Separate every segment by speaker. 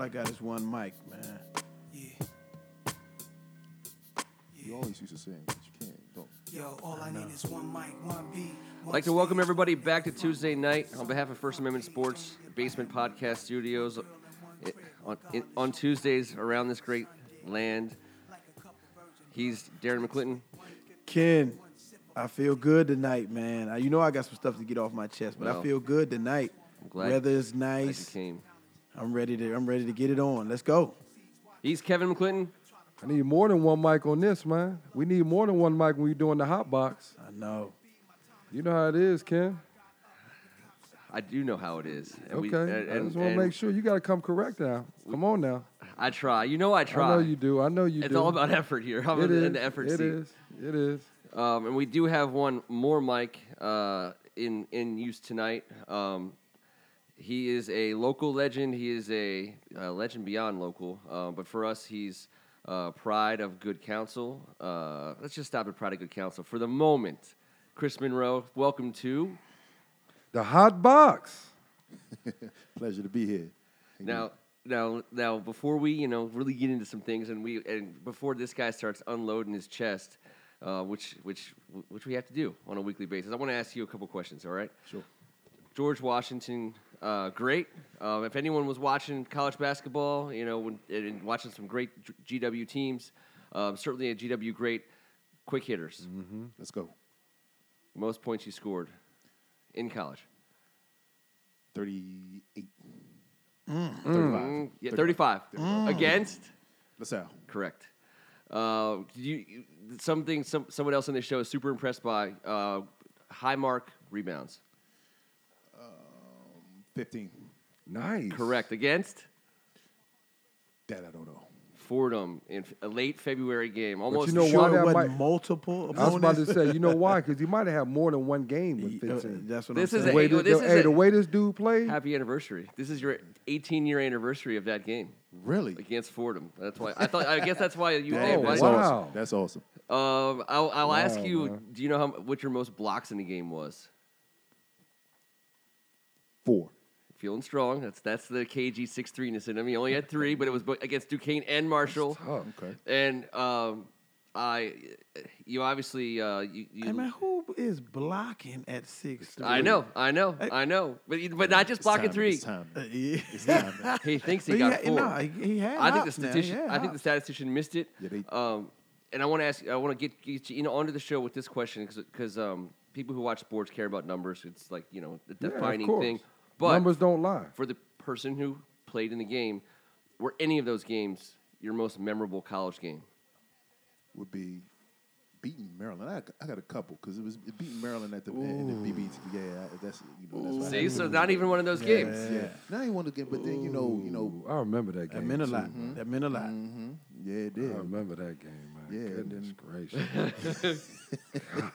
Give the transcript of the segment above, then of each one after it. Speaker 1: I got is one mic, man.
Speaker 2: Yeah.
Speaker 3: You always used to sing, but you can't. Don't.
Speaker 2: Yo, all I need is one mic, one beat.
Speaker 4: I'd like to welcome everybody back to Tuesday night on behalf of First Amendment Sports Basement Podcast Studios i- on, i- on Tuesdays around this great land. He's Darren McClinton.
Speaker 1: Ken, I feel good tonight, man. I, you know I got some stuff to get off my chest, but I
Speaker 4: Well,
Speaker 1: feel good tonight.
Speaker 4: glad-
Speaker 1: Weather is
Speaker 4: Glad you
Speaker 1: nice.
Speaker 4: came.
Speaker 1: I'm ready to. I'm ready to get it on. Let's go.
Speaker 4: He's Kevin McClinton.
Speaker 5: I need more than one mic on this, man. We need more than one mic when you're doing the hot box.
Speaker 1: I know.
Speaker 5: You know how it is, Ken.
Speaker 4: I do know how it is. And
Speaker 5: Okay.
Speaker 4: we- and-
Speaker 5: I
Speaker 4: and-
Speaker 5: just want to
Speaker 4: and
Speaker 5: make sure you got to come correct now. Come on now.
Speaker 4: I try. You know I try.
Speaker 5: I know you do. I know you
Speaker 4: it's
Speaker 5: do.
Speaker 4: all about effort here. I'm
Speaker 5: it
Speaker 4: in
Speaker 5: is.
Speaker 4: the effort
Speaker 5: It
Speaker 4: seat.
Speaker 5: is. It is.
Speaker 4: Um, and we do have one more mic uh, in in use tonight. Um, he is a local legend. He is a, uh legend beyond local. Uh, but for us, he's uh, pride of good counsel. Uh, let's just stop at pride of good counsel for the moment. Chris Monroe, welcome to.
Speaker 5: The hot box.
Speaker 3: Pleasure to be here. Hey,
Speaker 4: Now, now, now, before we, you know, really get into some things, and we, and before this guy starts unloading his chest, uh, which, which, which we have to do on a weekly basis, I want to ask you a couple questions. All right?
Speaker 3: Sure.
Speaker 4: George Washington, uh, great. Um, if anyone was watching college basketball, you know, when, and and watching some great G- GW teams, um, certainly a GW great, quick hitters.
Speaker 5: Mm-hmm.
Speaker 3: Let's go.
Speaker 4: Most points you scored in college.
Speaker 3: 38. 35.
Speaker 4: Mm, yeah, 35.
Speaker 5: Mm.
Speaker 4: Against?
Speaker 3: LaSalle.
Speaker 4: Correct. Uh, you, you- something some, someone else on this show is super impressed by uh, high mark rebounds.
Speaker 3: 15.
Speaker 5: Nice.
Speaker 4: Correct. Against
Speaker 3: That I don't know.
Speaker 4: Fordham in f- a late February game. Almost
Speaker 5: you know
Speaker 1: Sure,
Speaker 5: why that
Speaker 1: it wasn't
Speaker 5: mic-
Speaker 1: multiple
Speaker 5: I was about to
Speaker 1: opponents.
Speaker 5: say, you know why? Because you might have had more than one game with
Speaker 1: Uh,
Speaker 5: 15.
Speaker 1: That's what
Speaker 4: This
Speaker 1: I'm
Speaker 4: is
Speaker 5: The
Speaker 1: saying.
Speaker 5: way
Speaker 4: Hey, yo,
Speaker 5: this,
Speaker 4: this
Speaker 5: the-
Speaker 4: is
Speaker 5: hey,
Speaker 4: a-
Speaker 5: the way this dude played,
Speaker 4: Happy anniversary. This is your 18 year anniversary of that game
Speaker 3: Really?
Speaker 4: against Fordham. That's why I thought. I guess that's why you.
Speaker 5: Dang,
Speaker 4: hey,
Speaker 3: that's
Speaker 4: why-
Speaker 5: wow.
Speaker 3: awesome. That's awesome.
Speaker 4: Um, I'll, I'll ask
Speaker 5: Wow,
Speaker 4: you.
Speaker 5: man.
Speaker 4: Do you know how m- what your most blocks in the game was?
Speaker 3: Four.
Speaker 4: Feeling strong. That's that's the KG six three ness in him. He only had three, but it was bo- against Duquesne and Marshall.
Speaker 3: Okay.
Speaker 4: And um, I, you obviously uh, you. you
Speaker 1: Hey, man, who is blocking at six?
Speaker 4: I know, I know, I know, but you- but not just blocking
Speaker 3: time,
Speaker 4: three.
Speaker 3: It's time.
Speaker 1: Uh, yeah.
Speaker 3: It's time.
Speaker 4: He thinks
Speaker 1: But
Speaker 4: he
Speaker 1: he
Speaker 4: got
Speaker 1: had-
Speaker 4: four.
Speaker 1: nah, he- he had
Speaker 4: I think the
Speaker 1: hops now.
Speaker 4: statistician.
Speaker 1: Yeah,
Speaker 4: I think the
Speaker 1: hops.
Speaker 4: statistician missed it.
Speaker 3: Yeah, they-
Speaker 4: um, and I want to ask. I want to get, get you, you know onto the show with this question because um, people who watch sports care about numbers. It's like you know a
Speaker 5: Yeah, of
Speaker 4: defining
Speaker 5: course.
Speaker 4: thing. But
Speaker 5: numbers don't lie.
Speaker 4: for the person who played in the game, were any of those games your most memorable college game?
Speaker 3: Would be beating Maryland. I, I got a couple because it was beating Maryland at the end and the BB. Yeah, I, that's you know that's what I
Speaker 4: See,
Speaker 3: had.
Speaker 4: so not even one of those games.
Speaker 3: yeah. Now you want to get, but then you know, you know,
Speaker 5: Ooh, I remember that game.
Speaker 1: That meant a
Speaker 5: too.
Speaker 1: lot. That meant a lot.
Speaker 4: Mm-hmm.
Speaker 3: yeah, it
Speaker 5: I
Speaker 3: did.
Speaker 5: remember that game, man.
Speaker 3: Yeah, and
Speaker 5: Goodness
Speaker 3: then-
Speaker 5: gracious.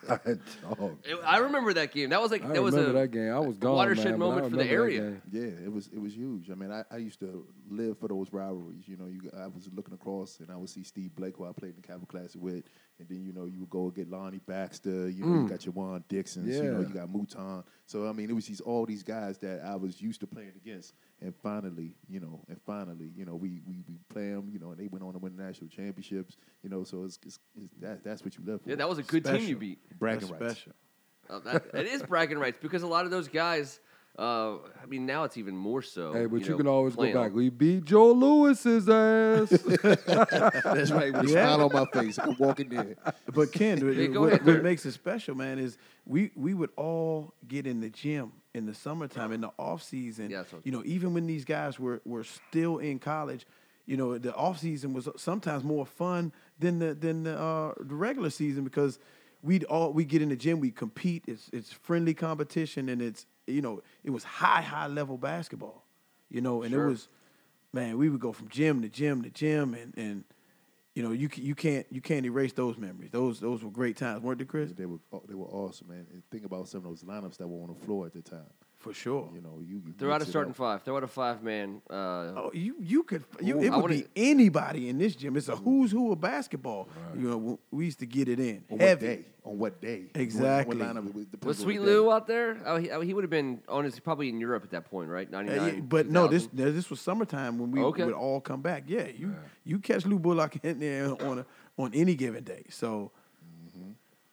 Speaker 5: God, dog.
Speaker 4: It- I remember that game. That was like
Speaker 5: I
Speaker 4: that was
Speaker 5: remember
Speaker 4: a
Speaker 5: that game. I was
Speaker 4: a
Speaker 5: gone,
Speaker 4: watershed
Speaker 5: man, but I
Speaker 4: moment for the
Speaker 5: remember that
Speaker 4: area.
Speaker 5: game.
Speaker 3: Yeah, it was it was huge. I mean, I, I used to live for those rivalries. You know, you I was looking across and I would see Steve Blake, who I played in the Capital Classic with, and then you know you would go get Lonnie Baxter. You know,
Speaker 4: Mm.
Speaker 3: you got your Juan Dixon. You know,
Speaker 5: Yeah.
Speaker 3: you got Mouton. So I mean, it was these all these guys that I was used to playing against, and finally, you know, and finally, you know, we we, we play them. You know, and they went on to win national championships. You know, so it's, it's, it's that that's what you live for.
Speaker 4: Yeah, that was a good team you
Speaker 1: Special.
Speaker 4: beat.
Speaker 3: bragging
Speaker 1: That's
Speaker 3: rights.
Speaker 1: special.
Speaker 4: Uh, that, it is bragging rights because a lot of those guys. Uh, I mean, now it's even more so.
Speaker 5: Hey, but you,
Speaker 4: know,
Speaker 5: can always go
Speaker 4: playing
Speaker 5: back.
Speaker 4: on-
Speaker 5: We beat Joe Lewis's ass.
Speaker 3: That's right. With a
Speaker 1: Yeah.
Speaker 3: smile on my face, I'm walking in.
Speaker 1: But Ken,
Speaker 4: Yeah, go
Speaker 1: what,
Speaker 4: ahead,
Speaker 1: what
Speaker 4: Dirk.
Speaker 1: makes it special, man, is we we would all get in the gym in the summertime, in the off season.
Speaker 4: Yeah, that's what-
Speaker 1: you know, even when these guys were were still in college, you know, the off season was sometimes more fun than the than the, uh, the regular season because we'd all we get in the gym, we compete. It's it's friendly competition, and it's you know it was high high level basketball, you know, and
Speaker 4: Sure.
Speaker 1: it was man, we would go from gym to gym to gym, and and you know you ca- you can't you can't erase those memories. Those those were great times, weren't they, Chris?
Speaker 3: They were they were awesome, man. And think about some of those lineups that were on the floor at the time.
Speaker 1: for sure.
Speaker 3: You know, you, you
Speaker 4: Throw out a
Speaker 3: mix it
Speaker 4: starting
Speaker 3: up.
Speaker 4: five. Throw out a five man. Uh,
Speaker 1: Oh, you you could you, it
Speaker 4: I
Speaker 1: would
Speaker 4: wanna-
Speaker 1: be anybody in this gym. It's a who's who of basketball. You know, we- we used to get it in
Speaker 3: On what
Speaker 1: heavy. Uh,
Speaker 3: day? On what day?
Speaker 1: Exactly.
Speaker 3: What, what lineup, it was- depends on
Speaker 4: was
Speaker 3: the
Speaker 4: Sweet
Speaker 3: day.
Speaker 4: Lou out there? Oh, he, oh, he would have been on his probably in Europe at that point, right?
Speaker 1: Uh,
Speaker 4: Ninety
Speaker 1: yeah,
Speaker 4: nine.
Speaker 1: but no, this this was summertime when we
Speaker 4: Okay.
Speaker 1: would all come back. Yeah, you you catch Lou Bullock in there on a, on any given day. So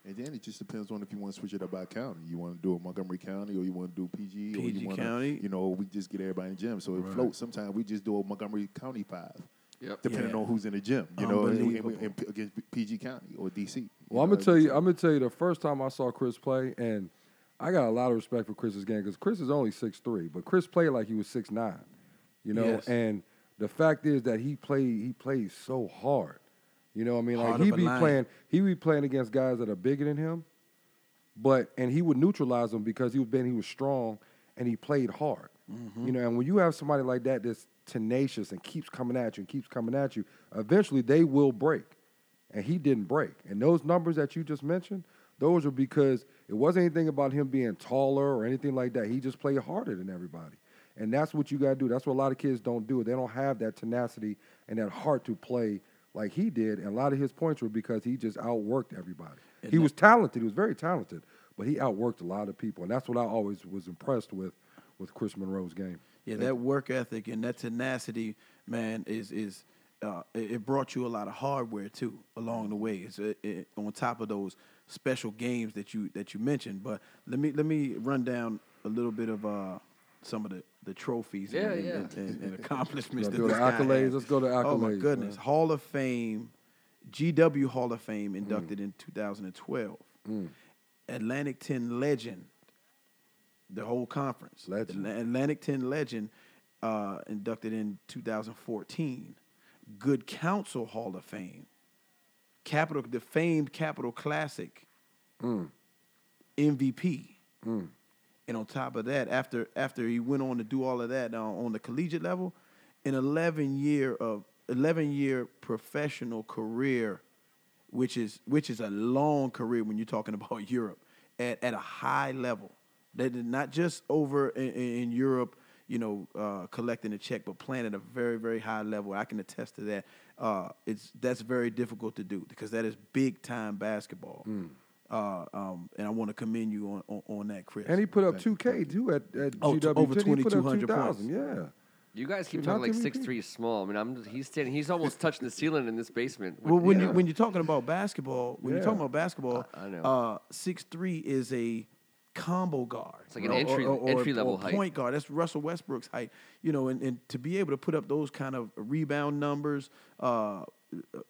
Speaker 3: And then it just depends on if you want to switch it up by county. You want to do it Montgomery County or you want to do PG, or
Speaker 1: PG
Speaker 3: you want
Speaker 1: County.
Speaker 3: to, you know, we just get everybody in the gym. So it floats. Sometimes we just do a Montgomery County five,
Speaker 4: Yep.
Speaker 3: depending
Speaker 1: Yeah.
Speaker 3: on who's in the gym, you know, and, we- and, we-
Speaker 1: Unbelievable.
Speaker 3: and P- against P- PG County or DC.
Speaker 5: Well, I'm gonna tell you. I'm gonna tell you the first time I saw Chris play, and I got a lot of respect for Chris's game because Chris is only six three, but Chris played like he was six nine, you know.
Speaker 1: Yes.
Speaker 5: And the fact is that he played. He plays so hard. You know, what I mean, like
Speaker 1: Hard
Speaker 5: he
Speaker 1: up a
Speaker 5: be
Speaker 1: line.
Speaker 5: playing. He be playing against guys that are bigger than him, but and he would neutralize them because he was been he was strong and he played hard.
Speaker 1: Mm-hmm.
Speaker 5: You know, and when you have somebody like that that's tenacious and keeps coming at you and keeps coming at you, eventually they will break. And he didn't break. And those numbers that you just mentioned, those are because it wasn't anything about him being taller or anything like that. He just played harder than everybody. And that's what you got to do. That's what a lot of kids don't do. They don't have that tenacity and that heart to play like he did. And a lot of his points were because he just outworked everybody.
Speaker 1: And
Speaker 5: he
Speaker 1: that-
Speaker 5: was talented. He was very talented, but he outworked a lot of people, and that's what I always was impressed with with Chris Monroe's game.
Speaker 1: yeah, that work ethic and that tenacity, man, is is uh, it it brought you a lot of hardware too along the way. It's uh it, on top of those special games that you that you mentioned. But let me let me run down a little bit of uh, some of the, the trophies
Speaker 4: Yeah,
Speaker 1: and,
Speaker 4: yeah.
Speaker 1: and, and, and accomplishments.
Speaker 5: Let's
Speaker 1: that
Speaker 5: go to
Speaker 1: this guy
Speaker 5: accolades.
Speaker 1: had.
Speaker 5: Let's go to
Speaker 1: Oh my
Speaker 5: accolades,
Speaker 1: goodness!
Speaker 5: man.
Speaker 1: Hall of Fame, GW Hall of
Speaker 5: Mm.
Speaker 1: Fame inducted in 2012. Atlantic 10 legend the whole conference.
Speaker 5: Legend.
Speaker 1: Atla- Atlantic 10 legend, uh, inducted in 2014. Good Counsel Hall of Fame. Capital, the famed Capital Classic MVP. And on top of that, after after he went on to do all of that uh, on the collegiate level, an 11 year of 11 year professional career, which is which is a long career when you're talking about Europe at, at a high level. That is not just over in, in in Europe, you know, uh, collecting a check, but playing at a very very high level. I can attest to that. Uh, it's that's very difficult to do because that is big time basketball.
Speaker 5: Mm.
Speaker 1: Uh, um, and I want to commend you on, on, on that, Chris.
Speaker 5: And he put up two K too at, at
Speaker 1: Oh, t-
Speaker 5: GW.
Speaker 1: over
Speaker 5: He put up
Speaker 1: 2,200
Speaker 5: 2,000, Yeah.
Speaker 4: You guys keep talking
Speaker 5: Dude, not
Speaker 4: like
Speaker 5: giving
Speaker 4: six three small. I mean, I'm he's standing. He's almost touching the ceiling in this basement.
Speaker 1: Well, when
Speaker 4: Yeah.
Speaker 1: you when you're talking about basketball, when you're
Speaker 5: Yeah.
Speaker 1: talking about basketball,
Speaker 4: I- I know.
Speaker 1: uh, six three is a combo guard. It's
Speaker 4: like an entry- entry-level height.
Speaker 1: Point guard. That's Russell Westbrook's height. You know, and, and to be able to put up those kind of rebound numbers, uh,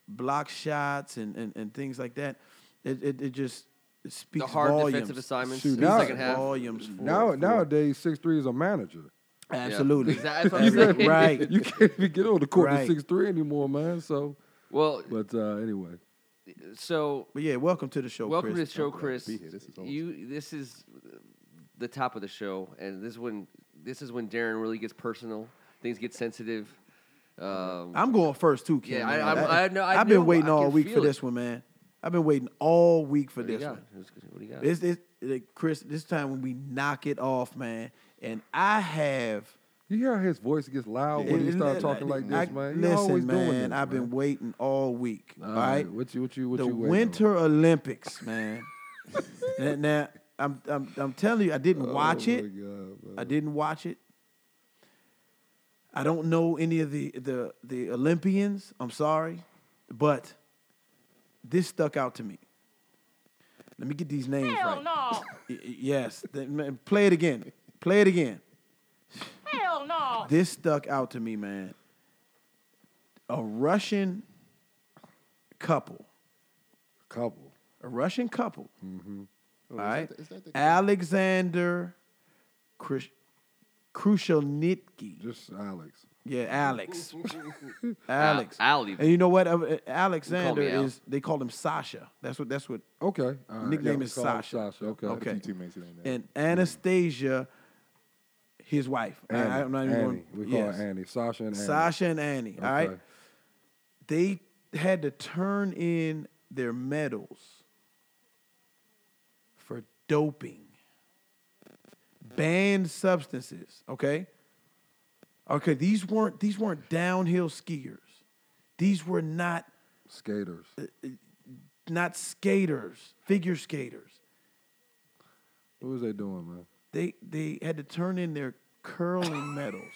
Speaker 1: block shots, and, and, and things like that, it, it, it just it speaks
Speaker 4: the hard
Speaker 1: volumes.
Speaker 4: defensive assignments
Speaker 5: Shoot,
Speaker 4: in the
Speaker 5: now-
Speaker 4: second half.
Speaker 1: Volumes. For,
Speaker 5: Now
Speaker 1: for-
Speaker 5: nowadays, six three is a manager.
Speaker 1: absolutely.
Speaker 4: Exactly, that's what I'm
Speaker 1: Every-
Speaker 4: saying.
Speaker 1: right.
Speaker 5: you can't even get on the court
Speaker 1: Right.
Speaker 5: at six three anymore, man. So,
Speaker 4: Well,
Speaker 5: but uh, anyway,
Speaker 4: so
Speaker 1: But yeah, welcome to the show.
Speaker 4: welcome
Speaker 1: Chris.
Speaker 4: to the show,
Speaker 3: I'm glad to
Speaker 4: Chris.
Speaker 3: be here. This is awesome.
Speaker 4: You this is the top of the show, and this is when this is when Darren really gets personal. Things get sensitive. Um,
Speaker 1: I'm going first too, Ken.
Speaker 4: Yeah,
Speaker 1: man.
Speaker 4: I- I- I know- I
Speaker 1: have been
Speaker 4: knew.
Speaker 1: waiting
Speaker 4: I
Speaker 1: all
Speaker 4: can
Speaker 1: week for
Speaker 4: feel it.
Speaker 1: this one, man. I've been waiting all week for
Speaker 4: what do you
Speaker 1: this
Speaker 4: got?
Speaker 1: one.
Speaker 4: Who's- What do you got?
Speaker 1: This, this, like, Chris, this time when we knock it off, man, and I have.
Speaker 5: you hear how his voice gets loud when he starts talking like this,
Speaker 1: I-
Speaker 5: man. He
Speaker 1: listen,
Speaker 5: always
Speaker 1: man,
Speaker 5: doing this,
Speaker 1: I've been
Speaker 5: man.
Speaker 1: waiting all week.
Speaker 5: Uh,
Speaker 1: all right,
Speaker 5: What you what you what
Speaker 1: the
Speaker 5: you waiting on?
Speaker 1: Winter Olympics, man. now, now, I'm, I'm, I'm telling you, I didn't watch
Speaker 5: Oh,
Speaker 1: it.
Speaker 5: my God, man.
Speaker 1: I didn't watch it. I don't know any of the the the Olympians. I'm sorry, but this stuck out to me. Let me get these names
Speaker 6: Hell
Speaker 1: right.
Speaker 6: no!
Speaker 1: Y- y- yes, Th- man, play it again. Play it again.
Speaker 6: Hell no!
Speaker 1: This stuck out to me, man. A Russian couple.
Speaker 5: couple.
Speaker 1: A Russian couple.
Speaker 3: Oh, is
Speaker 1: All right.
Speaker 3: that the- is that the-
Speaker 1: Alexander Krush- Krushelnitki.
Speaker 5: Just Alex.
Speaker 1: Yeah, Alex.
Speaker 4: Al-
Speaker 1: Alex.
Speaker 4: Al even.
Speaker 1: And you know what? Uh, uh, Alexander
Speaker 4: Al.
Speaker 1: is they call him Sasha. That's what that's what
Speaker 5: Okay. all right.
Speaker 1: Nickname
Speaker 5: Yeah,
Speaker 1: is
Speaker 5: call him
Speaker 1: Sasha.
Speaker 5: Sasha. Okay.
Speaker 1: Okay.
Speaker 3: Two teammates in there.
Speaker 1: and Anastasia, his wife. I-
Speaker 5: Annie,
Speaker 1: I'm not even
Speaker 5: Annie.
Speaker 1: going-
Speaker 5: We call
Speaker 1: yes.
Speaker 5: her Annie. Sasha and Annie.
Speaker 1: Sasha and Annie. All right.
Speaker 5: Okay.
Speaker 1: They had to turn in their medals for doping. banned substances. Okay. Okay, these weren't these weren't downhill skiers. These were not
Speaker 5: Skaters.
Speaker 1: Uh, not skaters, figure skaters.
Speaker 5: What was they doing, man?
Speaker 1: They they had to turn in their curling medals.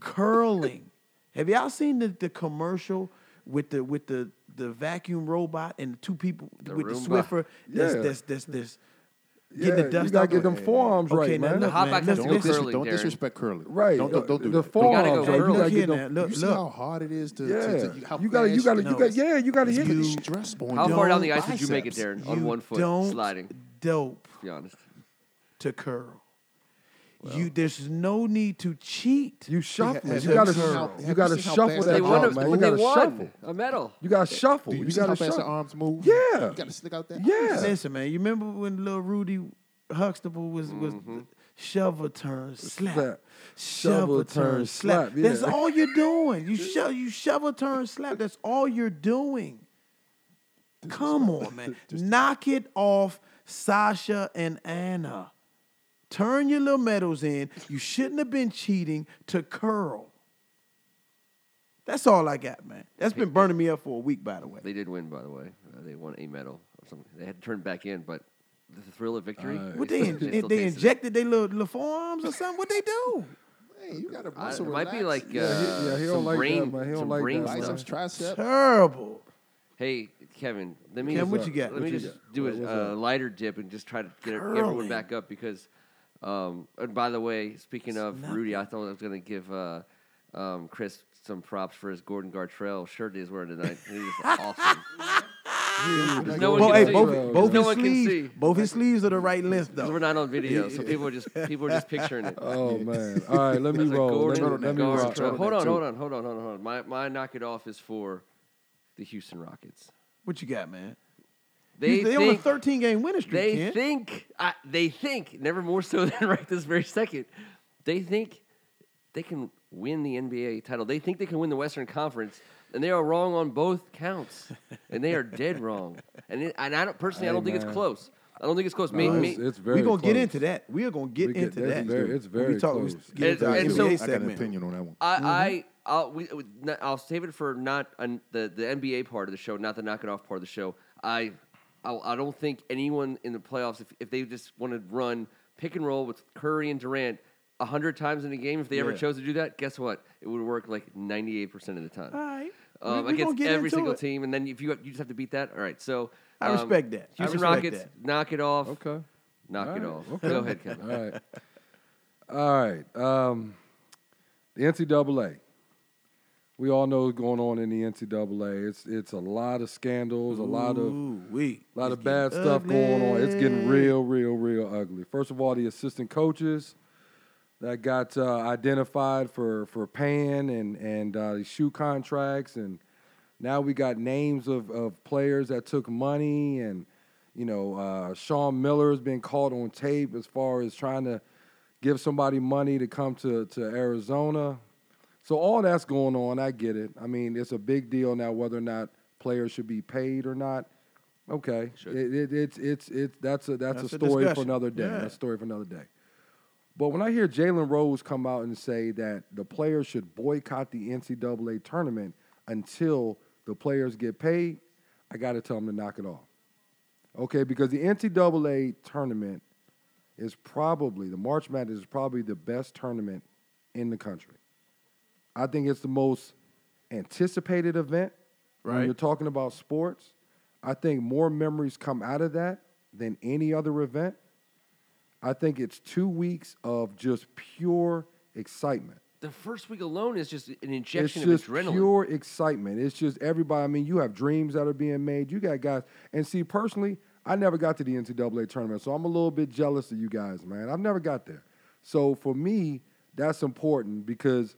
Speaker 1: curling. Have y'all seen the, the commercial with the with the, the vacuum robot and the two people with the
Speaker 4: Roomba.
Speaker 1: Swiffer? That's
Speaker 5: Yeah.
Speaker 1: that's that's this. Getting the
Speaker 5: you
Speaker 1: dust
Speaker 5: gotta
Speaker 1: out
Speaker 5: get
Speaker 1: the
Speaker 5: them forearms
Speaker 1: Okay,
Speaker 5: right,
Speaker 1: now
Speaker 5: man.
Speaker 1: look,
Speaker 4: Hot
Speaker 1: man,
Speaker 4: box has
Speaker 1: let's-
Speaker 3: Don't,
Speaker 4: to go
Speaker 1: let's-
Speaker 3: dis-
Speaker 4: curling,
Speaker 3: don't
Speaker 4: Darren.
Speaker 3: disrespect curling.
Speaker 5: Right.
Speaker 3: Don't, don't, don't do
Speaker 5: The
Speaker 3: that.
Speaker 5: forearm.
Speaker 4: gotta go
Speaker 1: Hey,
Speaker 4: curling.
Speaker 1: look
Speaker 3: You
Speaker 1: here
Speaker 3: know,
Speaker 1: now. Look,
Speaker 3: you see how
Speaker 1: look.
Speaker 3: hard it is to,
Speaker 5: Yeah.
Speaker 3: to, to how
Speaker 5: you gotta, you
Speaker 3: fast
Speaker 5: gotta,
Speaker 3: can
Speaker 5: you
Speaker 1: No.
Speaker 5: gotta, yeah, you gotta hit
Speaker 3: put
Speaker 5: it.
Speaker 3: the stress on
Speaker 4: How
Speaker 3: your
Speaker 4: far down
Speaker 3: own
Speaker 4: the ice did you make it,
Speaker 3: biceps.
Speaker 4: Darren? On
Speaker 1: you
Speaker 4: one foot,
Speaker 1: don't
Speaker 4: sliding. To
Speaker 1: Dope
Speaker 4: be honest,
Speaker 1: to curl. you there's no need to cheat.
Speaker 5: You shuffle.
Speaker 3: have
Speaker 5: You
Speaker 3: you
Speaker 5: gotta,
Speaker 3: seen how-
Speaker 5: you
Speaker 3: have
Speaker 5: gotta
Speaker 3: you seen how
Speaker 5: shuffle
Speaker 3: fast
Speaker 5: that
Speaker 4: they
Speaker 3: they
Speaker 5: ball,
Speaker 4: won.
Speaker 3: arm,
Speaker 4: A,
Speaker 5: man. You
Speaker 4: when they
Speaker 5: gotta
Speaker 4: won
Speaker 5: shuffle.
Speaker 4: a medal.
Speaker 5: You gotta shuffle.
Speaker 3: Do you,
Speaker 5: You
Speaker 3: see how
Speaker 5: gotta
Speaker 3: fast the
Speaker 5: shuffle.
Speaker 3: arms move?
Speaker 5: Yeah.
Speaker 3: You gotta stick out that.
Speaker 5: Yeah.
Speaker 1: Listen, man, you remember when little Rudy Huxtable was was shovel turn slap.
Speaker 5: Slap.
Speaker 1: Shovel turn slap.
Speaker 5: yeah.
Speaker 1: That's all you're doing. You sho- you shovel turn slap. That's all you're doing. Come on, man. Knock it off, Sasha and Anna. Turn your little medals in. You shouldn't have been cheating to curl. That's all I got, man. That's been burning me up for a week, by the way.
Speaker 4: They did win, by the way. Uh, they won a medal or something. They had to turn it back in, but the thrill of victory.
Speaker 1: What they in, they,
Speaker 4: still
Speaker 1: they
Speaker 4: tasted it.
Speaker 1: injected their little, little forearms or something? What they do?
Speaker 3: Hey, you gotta
Speaker 4: I-
Speaker 3: muscle
Speaker 4: it might be like
Speaker 3: relax.
Speaker 4: uh,
Speaker 5: he- yeah, he don't
Speaker 4: some
Speaker 5: like that,
Speaker 4: brain,
Speaker 5: man. He don't
Speaker 4: some
Speaker 5: like
Speaker 4: brain
Speaker 5: that, man.
Speaker 4: stuff.
Speaker 3: biceps,
Speaker 4: Uh,
Speaker 3: tricep.
Speaker 1: Terrible.
Speaker 4: Hey, Kevin, let me.
Speaker 1: Kevin,
Speaker 4: just,
Speaker 1: what you got?
Speaker 4: Let
Speaker 1: What
Speaker 4: me
Speaker 1: you
Speaker 4: just
Speaker 5: got?
Speaker 4: do
Speaker 5: What-
Speaker 4: a
Speaker 5: what's
Speaker 4: uh,
Speaker 5: up?
Speaker 4: lighter dip and just try to get
Speaker 1: Curling.
Speaker 4: everyone back up because. Um, and by the way, speaking of Rudy, I thought I was going to give uh, um, Chris some props for his Gordon Gartrell shirt he's wearing tonight. He was awesome.
Speaker 5: Yeah.
Speaker 4: no one
Speaker 1: Well,
Speaker 4: can
Speaker 1: hey,
Speaker 4: see.
Speaker 1: both,
Speaker 4: Well,
Speaker 1: both
Speaker 4: no
Speaker 1: his
Speaker 4: one can see.
Speaker 1: sleeves, both his sleeves are the right length
Speaker 4: Because we're
Speaker 1: though.
Speaker 4: not on video, so people are just people are just picturing it.
Speaker 5: Oh man! All right, let me
Speaker 4: There's a
Speaker 5: roll. Let me,
Speaker 4: Gordon
Speaker 5: let me
Speaker 4: Gartrell.
Speaker 5: roll.
Speaker 4: Hold on, hold on, hold on, hold on, hold on. My my knock it off is for the Houston Rockets.
Speaker 1: What you got, man?
Speaker 4: They
Speaker 1: You- they on a
Speaker 4: think
Speaker 1: 13 game winning streak.
Speaker 4: they
Speaker 1: Kent.
Speaker 4: think I, they think never more so than right this very second. They think they can win the NBA title. They think they can win the Western Conference, and they are wrong on both counts, and they are dead wrong. And it, and I don't personally I
Speaker 5: Hey,
Speaker 4: don't think
Speaker 5: man.
Speaker 4: it's close. I don't think it's close.
Speaker 5: No,
Speaker 4: May-
Speaker 5: it's,
Speaker 4: may-
Speaker 5: it's very.
Speaker 1: We're gonna get
Speaker 5: close.
Speaker 1: into that. We are gonna get
Speaker 5: We get-
Speaker 1: into
Speaker 5: that's
Speaker 1: that.
Speaker 5: very- it's
Speaker 1: When
Speaker 5: very
Speaker 1: we talk, we
Speaker 5: close.
Speaker 1: get into
Speaker 4: And-
Speaker 1: our
Speaker 4: and
Speaker 1: NBA
Speaker 4: so-
Speaker 3: I got an
Speaker 1: segment.
Speaker 3: opinion on that one.
Speaker 1: Mm-hmm.
Speaker 4: I, I I'll, we, we- no, I'll save it for not an, the the NBA part of the show, not the knock it off part of the show. I I, I don't think anyone in the playoffs, if, if they just want to run pick and roll with Curry and Durant a hundred times in a game, if they ever
Speaker 1: Yeah.
Speaker 4: chose to do that, guess what? It would work like ninety eight percent of the time.
Speaker 1: All right. Uh, We-
Speaker 4: Um,
Speaker 1: we gonna
Speaker 4: against
Speaker 1: get
Speaker 4: every
Speaker 1: into
Speaker 4: single
Speaker 1: it.
Speaker 4: team, and then if you you just have to beat that. All right, so
Speaker 1: I
Speaker 4: um,
Speaker 1: respect that. I
Speaker 4: Houston
Speaker 1: respect
Speaker 4: Rockets,
Speaker 1: that.
Speaker 4: knock it off.
Speaker 5: Okay.
Speaker 4: knock
Speaker 5: All
Speaker 4: it
Speaker 5: right,
Speaker 4: off.
Speaker 5: okay.
Speaker 4: Go ahead, Kevin.
Speaker 5: All right. All right. Um, the NCAA. We all know what's going on in the NCAA. It's it's a lot of scandals, a lot of
Speaker 1: we
Speaker 5: a lot of bad stuff going on. It's getting real, real, real ugly. First of all, the assistant coaches that got uh, identified for for paying and and uh, the shoe contracts, and now we got names of of players that took money, and you know uh, Sean Miller has been caught on tape as far as trying to give somebody money to come to to Arizona. So all that's going on. I get it. I mean, it's a big deal now whether or not players should be paid or not. Okay,
Speaker 4: Should.
Speaker 5: It, it, it's it's it's that's a that's,
Speaker 1: That's
Speaker 5: a
Speaker 1: a
Speaker 5: story for
Speaker 1: discussion.
Speaker 5: another day.
Speaker 1: Yeah.
Speaker 5: That's a story for another day. But when I hear Jalen Rose come out and say that the players should boycott the NCAA tournament until the players get paid, I got to tell them to knock it off. Okay, because the NCAA tournament is probably the March Madness is probably the best tournament in the country. I think it's the most anticipated event. When
Speaker 1: Right.
Speaker 5: you're talking about sports, I think more memories come out of that than any other event. I think it's two weeks of just pure excitement.
Speaker 4: The first week alone is just an injection
Speaker 5: it's just
Speaker 4: of adrenaline.
Speaker 5: pure excitement. It's just everybody. I mean, you have dreams that are being made. You got guys, and see, personally, I never got to the NCAA tournament, so I'm a little bit jealous of you guys, man. I've never got there, so for me, that's important because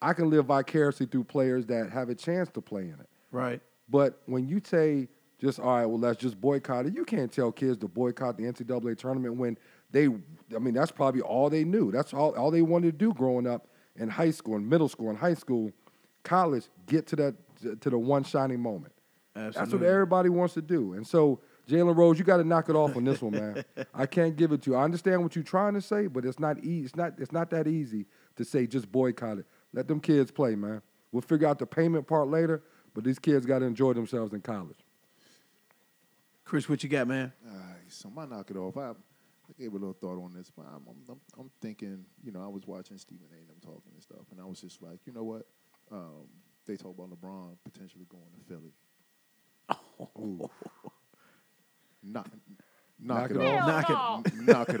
Speaker 5: I can live vicariously through players that have a chance to play in it.
Speaker 1: Right.
Speaker 5: But when you say just all right, well, let's just boycott it. You can't tell kids to boycott the NCAA tournament when they, I mean, that's probably all they knew. That's all all they wanted to do growing up in high school, in middle school, in high school, college. Get to that to the one shining moment. That's what
Speaker 1: Absolutely.
Speaker 5: everybody wants to do. And so Jalen Rose, you got to knock it off on this one, man. I can't give it to you. I understand what you're trying to say, but it's not easy. It's not. It's not that easy to say just boycott it. Let them kids play, man. We'll figure out the payment part later, but these kids got to enjoy themselves in college.
Speaker 1: Chris, what you got, man?
Speaker 3: All right, so my knock it off. I, I gave a little thought on this, but I'm, I'm, I'm, I'm thinking, you know, I was watching Stephen A. and them talking and stuff, and I was just like, you know what? Um, they talk about LeBron potentially going to Philly. Knock, knock,
Speaker 5: Knock
Speaker 3: it
Speaker 5: it
Speaker 3: off.
Speaker 1: Knock it.
Speaker 6: off.
Speaker 3: N- knock it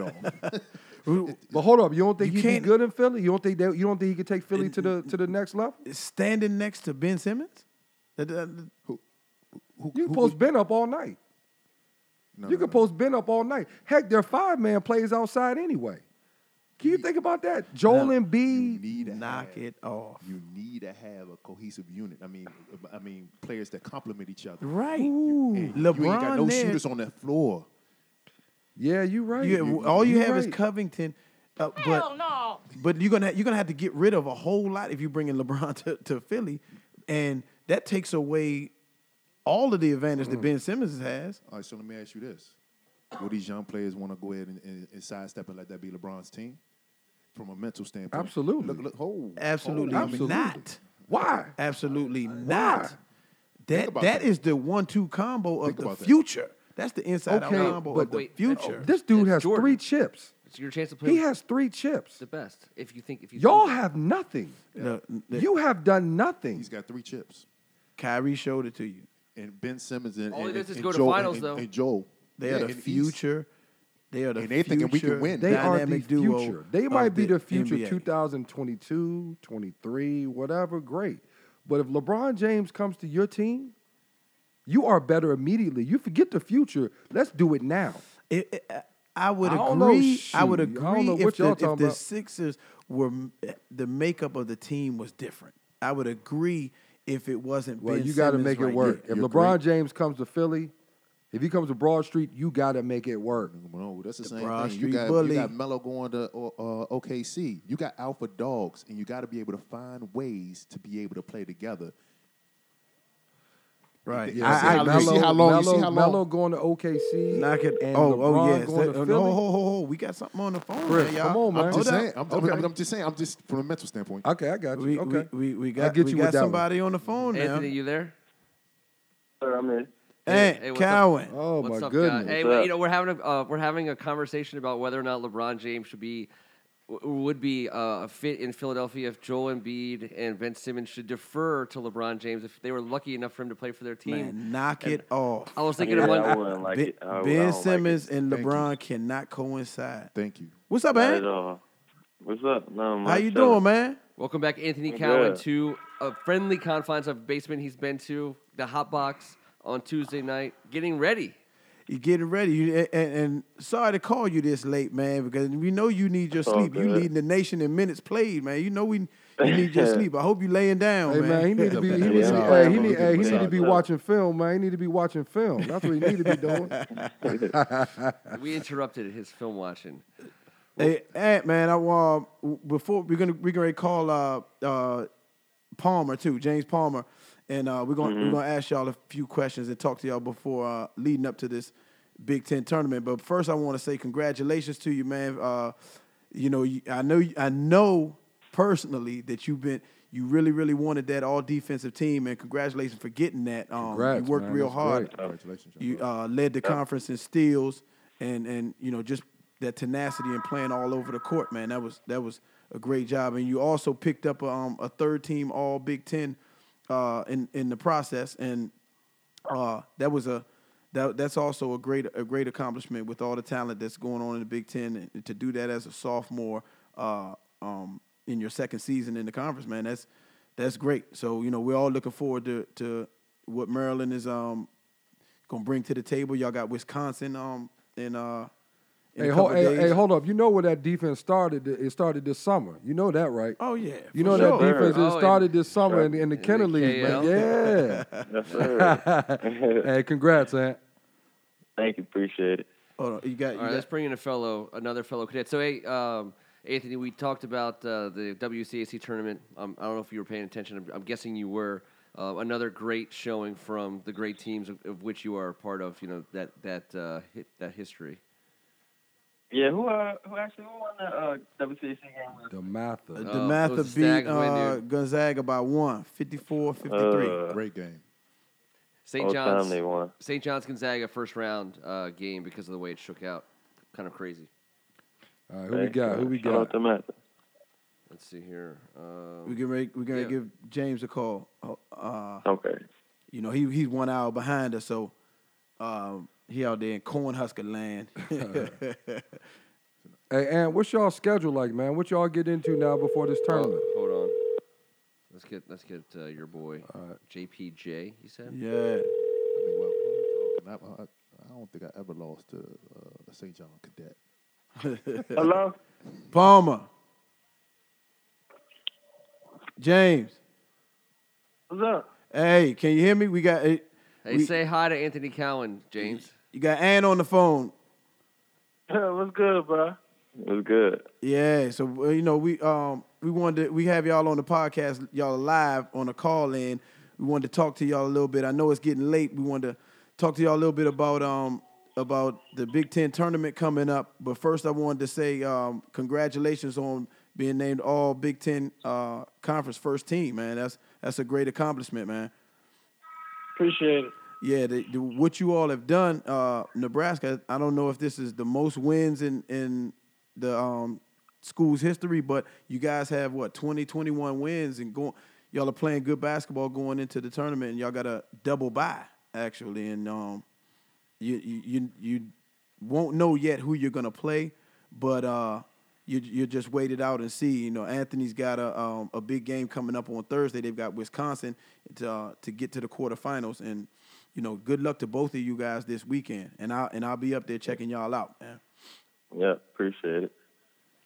Speaker 3: off.
Speaker 1: Who-
Speaker 5: But hold up, you don't think
Speaker 1: You
Speaker 5: he'd be
Speaker 1: can't-
Speaker 5: good in Philly? You don't think that, you don't think he could take Philly to the to the next level?
Speaker 1: Standing next to Ben Simmons? That- that- that-
Speaker 3: Who,
Speaker 5: You
Speaker 3: who
Speaker 5: can post
Speaker 3: would-
Speaker 5: Ben up all night.
Speaker 3: no,
Speaker 5: you
Speaker 3: no,
Speaker 5: can
Speaker 3: no.
Speaker 5: post Ben up all night. Heck, their five man plays outside anyway. Can you think about that? Joel
Speaker 1: No.
Speaker 3: You
Speaker 5: Embiid.
Speaker 3: need to
Speaker 1: Knock
Speaker 3: have-
Speaker 1: it off.
Speaker 3: You need to have a cohesive unit. I mean, I mean, players that complement each other.
Speaker 1: Right.
Speaker 5: Ooh.
Speaker 1: LeBron
Speaker 3: you ain't got no
Speaker 1: there,
Speaker 3: shooters on that floor.
Speaker 5: Yeah, you right.
Speaker 1: you- all you
Speaker 5: You
Speaker 1: have
Speaker 5: right.
Speaker 1: is Covington. Uh, but
Speaker 6: Hell no.
Speaker 1: but you're gonna you're gonna have to get rid of a whole lot if you bring in LeBron to, to Philly, and that takes away all of the advantage
Speaker 3: Mm.
Speaker 1: that Ben Simmons has.
Speaker 3: All right, so let me ask you this: Will these young players want to go ahead and, and, and sidestep and let that be LeBron's team from a mental standpoint?
Speaker 5: Absolutely.
Speaker 3: Look, oh, look, hold,
Speaker 1: Absolutely
Speaker 3: hold. I mean,
Speaker 5: Absolutely.
Speaker 1: not.
Speaker 5: Why?
Speaker 1: Absolutely not. That
Speaker 3: about
Speaker 1: that
Speaker 3: that.
Speaker 1: is the one-two combo of
Speaker 3: Think
Speaker 1: the
Speaker 3: about that.
Speaker 1: future. That's the inside-out
Speaker 5: Okay,
Speaker 1: combo
Speaker 5: but
Speaker 1: of the
Speaker 3: oh,
Speaker 4: wait,
Speaker 1: future.
Speaker 5: This dude
Speaker 4: It's
Speaker 5: has
Speaker 4: Jordan.
Speaker 5: three chips.
Speaker 4: It's your chance to play.
Speaker 5: He
Speaker 4: with
Speaker 5: has three chips.
Speaker 4: the best. If you think, if you
Speaker 5: Y'all
Speaker 4: think-
Speaker 5: have nothing.
Speaker 1: No, the-
Speaker 5: You have done nothing.
Speaker 3: he's got three chips,
Speaker 1: Kyrie showed it to you.
Speaker 3: and Ben Simmons and
Speaker 4: All he
Speaker 3: and,
Speaker 4: does is
Speaker 3: and
Speaker 4: go to
Speaker 3: Joel,
Speaker 4: finals,
Speaker 3: and,
Speaker 4: though.
Speaker 3: And, and Joel,
Speaker 1: They
Speaker 3: Yeah,
Speaker 1: are
Speaker 3: and
Speaker 1: the
Speaker 3: East.
Speaker 1: future. They are the future.
Speaker 3: And they thinking we can win.
Speaker 5: They are the
Speaker 1: dynamic duo
Speaker 5: future. They
Speaker 1: of
Speaker 5: might be the future
Speaker 1: NBA.
Speaker 5: 2022, 23, whatever, great. But if LeBron James comes to your team, you are better immediately. You forget the future. Let's do it now.
Speaker 1: It- it- I- I would
Speaker 5: I
Speaker 1: agree.
Speaker 5: don't know,
Speaker 1: I would
Speaker 5: shoot. I
Speaker 1: agree
Speaker 5: don't know
Speaker 1: if,
Speaker 5: what y'all
Speaker 1: the, if
Speaker 5: talking
Speaker 1: the
Speaker 5: about.
Speaker 1: Sixers were m- eh, the makeup of the team was different. I would agree if it wasn't.
Speaker 5: Well,
Speaker 1: ben
Speaker 5: you got to
Speaker 1: Simmons
Speaker 5: make
Speaker 1: right
Speaker 5: it work.
Speaker 1: there.
Speaker 5: if LeBron James comes to Philly, if he comes to Broad Street, you got to make it work.
Speaker 3: No, that's the, same
Speaker 1: Broad
Speaker 3: thing.
Speaker 1: Street
Speaker 3: you got
Speaker 1: bully.
Speaker 3: you got Melo going to uh, uh, OKC. You got alpha dogs, and you got to be able to find ways to be able to play together.
Speaker 1: Right.
Speaker 3: Yeah,
Speaker 1: I-
Speaker 3: see
Speaker 1: I
Speaker 3: how-
Speaker 1: agree.
Speaker 3: you see how long- you see
Speaker 5: Melo,
Speaker 3: how long-
Speaker 5: Melo going to OKC.
Speaker 1: Knock it.
Speaker 5: And
Speaker 1: oh,
Speaker 5: LeBron
Speaker 1: oh yes.
Speaker 5: Going
Speaker 1: That-
Speaker 5: to
Speaker 1: oh,
Speaker 5: Philly.
Speaker 1: ho, ho, ho, ho. We got something on the phone,
Speaker 5: Chris,
Speaker 1: man, y'all.
Speaker 5: come on, man.
Speaker 3: I'm
Speaker 1: Hold
Speaker 3: just
Speaker 1: up.
Speaker 3: saying. I'm, I'm- I'm, just saying. I'm just from a mental standpoint.
Speaker 5: Okay, I got you.
Speaker 1: We,
Speaker 5: okay.
Speaker 1: we, we, we
Speaker 5: I
Speaker 1: got,
Speaker 5: get
Speaker 1: we
Speaker 5: you
Speaker 1: got
Speaker 5: with that one.
Speaker 1: somebody on the phone now.
Speaker 4: Anthony, you there?
Speaker 7: Sir, I'm in.
Speaker 1: Hey,
Speaker 4: Hey, what's up?
Speaker 1: Cowan.
Speaker 5: oh
Speaker 4: What's
Speaker 5: my
Speaker 4: up,
Speaker 5: goodness.
Speaker 4: guy? Hey,
Speaker 7: What's
Speaker 4: well,
Speaker 7: up?
Speaker 4: you know we're having a uh, we're having a conversation about whether or not LeBron James should be w- would be uh, fit in Philadelphia if Joel Embiid and Ben Simmons should defer to LeBron James if they were lucky enough for him to play for their team.
Speaker 1: Man, knock it off.
Speaker 4: I was thinking
Speaker 7: Yeah,
Speaker 4: of one.
Speaker 7: I wouldn't like
Speaker 1: ben
Speaker 7: it. I, I
Speaker 1: Ben
Speaker 7: don't
Speaker 1: Simmons and
Speaker 3: Thank you.
Speaker 1: LeBron cannot coincide.
Speaker 3: Thank you.
Speaker 1: What's up,
Speaker 7: Like it. Not at
Speaker 1: man?
Speaker 7: all. What's up? No, I'm
Speaker 1: How you
Speaker 7: chilling.
Speaker 1: doing, man?
Speaker 4: Welcome back, Anthony
Speaker 7: I'm
Speaker 4: Cowan,
Speaker 7: good.
Speaker 4: to a friendly confines of basement he's been to the hot box on Tuesday night, getting ready.
Speaker 1: You getting ready? You, and, and, and sorry to call you this late, man, because we know you need your
Speaker 7: That's all
Speaker 1: sleep. You
Speaker 7: good.
Speaker 1: leading the nation in minutes played, man. You know we you need your sleep. I hope you laying down,
Speaker 5: Hey man, he need to be. He need,
Speaker 7: Yeah,
Speaker 5: to be-
Speaker 7: yeah.
Speaker 5: hey, he need, hey, he
Speaker 7: What's
Speaker 5: need to
Speaker 7: up?
Speaker 5: be watching film, man. He need to be watching film. That's what he need to be doing.
Speaker 4: We interrupted his film watching.
Speaker 1: Hey, Ant, man, I uh, before we're gonna we're gonna call uh, uh, Palmer too, James Palmer, and uh, we're gonna
Speaker 5: Mm-hmm.
Speaker 1: we're gonna ask y'all a few questions and talk to y'all before uh, leading up to this Big Ten tournament. But first, I want to say congratulations to you, man. Uh, you know, you, I know I know personally that you've been you really really wanted that all defensive team, and congratulations for getting that. Um,
Speaker 5: Congrats,
Speaker 1: you worked
Speaker 5: man.
Speaker 1: real
Speaker 5: That's
Speaker 1: hard.
Speaker 5: great.
Speaker 3: Congratulations.
Speaker 1: You uh, led the conference in steals, and and you know just that tenacity and playing all over the court, man. That was that was a great job, and you also picked up a, um, a third team All Big Ten uh, in in the process, and uh, that was a that, that's also a great a great accomplishment with all the talent that's going on in the Big Ten, and to do that as a sophomore uh, um, in your second season in the conference, man, that's that's great. So you know we're all looking forward to to what Maryland is um, gonna bring to the table. Y'all got Wisconsin um, in uh, in
Speaker 5: Hey,
Speaker 1: a
Speaker 5: ho-
Speaker 1: couple
Speaker 5: hey,
Speaker 1: days.
Speaker 5: hey, hold up. You know where that defense started? It started this summer. You know that, right?
Speaker 1: oh yeah,
Speaker 5: you
Speaker 1: for
Speaker 5: know
Speaker 1: sure.
Speaker 5: that
Speaker 7: sure.
Speaker 5: defense
Speaker 4: Oh,
Speaker 5: it started this summer
Speaker 7: sure.
Speaker 5: in, in the
Speaker 4: the
Speaker 5: Kenner League, man.
Speaker 4: KL.
Speaker 5: Yeah.
Speaker 7: Yes, sir.
Speaker 5: hey, congrats, man.
Speaker 7: Thank you. Appreciate it.
Speaker 1: Hold on, you got, you
Speaker 4: All right,
Speaker 1: got-
Speaker 4: let's bring in a fellow, another fellow cadet. So, hey, um, Anthony, we talked about uh, the WCAC tournament. Um, I don't know if you were paying attention. I'm, I'm guessing you were. Uh, another great showing from the great teams of, of which you are a part of. You know that that uh, hit, that history.
Speaker 7: Yeah, who uh, who actually who won the uh, WCC game? with-
Speaker 1: Uh,
Speaker 5: DeMatha.
Speaker 4: Uh, it
Speaker 1: DeMatha
Speaker 4: was a
Speaker 1: beat
Speaker 4: stag win,
Speaker 1: uh,
Speaker 4: dude.
Speaker 1: Gonzaga by one, 54 53.
Speaker 7: Uh,
Speaker 3: Great game.
Speaker 4: St.
Speaker 7: all time
Speaker 4: John's
Speaker 7: they won.
Speaker 4: St. John's Gonzaga first round uh, game because of the way it shook out. Kind of crazy.
Speaker 5: All right, who we got? Who we
Speaker 7: Shout out
Speaker 5: got?
Speaker 7: to Matt.
Speaker 4: Let's see here.
Speaker 1: we
Speaker 4: Um,
Speaker 1: get ready, we're gonna
Speaker 4: Yeah.
Speaker 1: give James a call. Uh, Uh,
Speaker 7: Okay.
Speaker 1: you know, he he's one hour behind us, so um, he out there in Cornhusker land.
Speaker 5: Hey, and what's y'all schedule like, man? What y'all get into now before this tournament?
Speaker 4: oh, hold on. Let's get let's get uh, your boy
Speaker 5: All right.
Speaker 4: JPJ. You said.
Speaker 1: yeah,
Speaker 3: I mean, well, I, I, I don't think I ever lost to uh, a St. John cadet.
Speaker 7: Hello.
Speaker 1: Palmer, James.
Speaker 7: What's up?
Speaker 1: Hey, can you hear me? We got eh,
Speaker 4: Hey,
Speaker 1: We-
Speaker 4: say hi to Anthony Cowan, James.
Speaker 1: you got Ann on the phone.
Speaker 7: What's good, bro? What's good?
Speaker 1: Yeah, so well, you know we um we wanted to, we have y'all on the podcast, y'all live on a call in. We wanted to talk to y'all a little bit. I know it's getting late. We wanted to talk to y'all a little bit about um about the Big Ten tournament coming up. But first, I wanted to say um, congratulations on being named All Big Ten uh, Conference First Team, man. That's that's a great accomplishment, man.
Speaker 7: Appreciate it.
Speaker 1: Yeah, the, the, what you all have done, uh, Nebraska. I don't know if this is the most wins in in the um, school's history, but you guys have what 20, 21 wins, and going. Y'all are playing good basketball going into the tournament, and y'all got a double bye actually, and um, you you you, you won't know yet who you're gonna play, but uh, you you just wait it out and see. You know, Anthony's got a um, a big game coming up on Thursday. They've got Wisconsin to uh, to get to the quarterfinals, and you know, good luck to both of you guys this weekend. And I and I'll be up there checking y'all out, man.
Speaker 7: Yeah, appreciate it.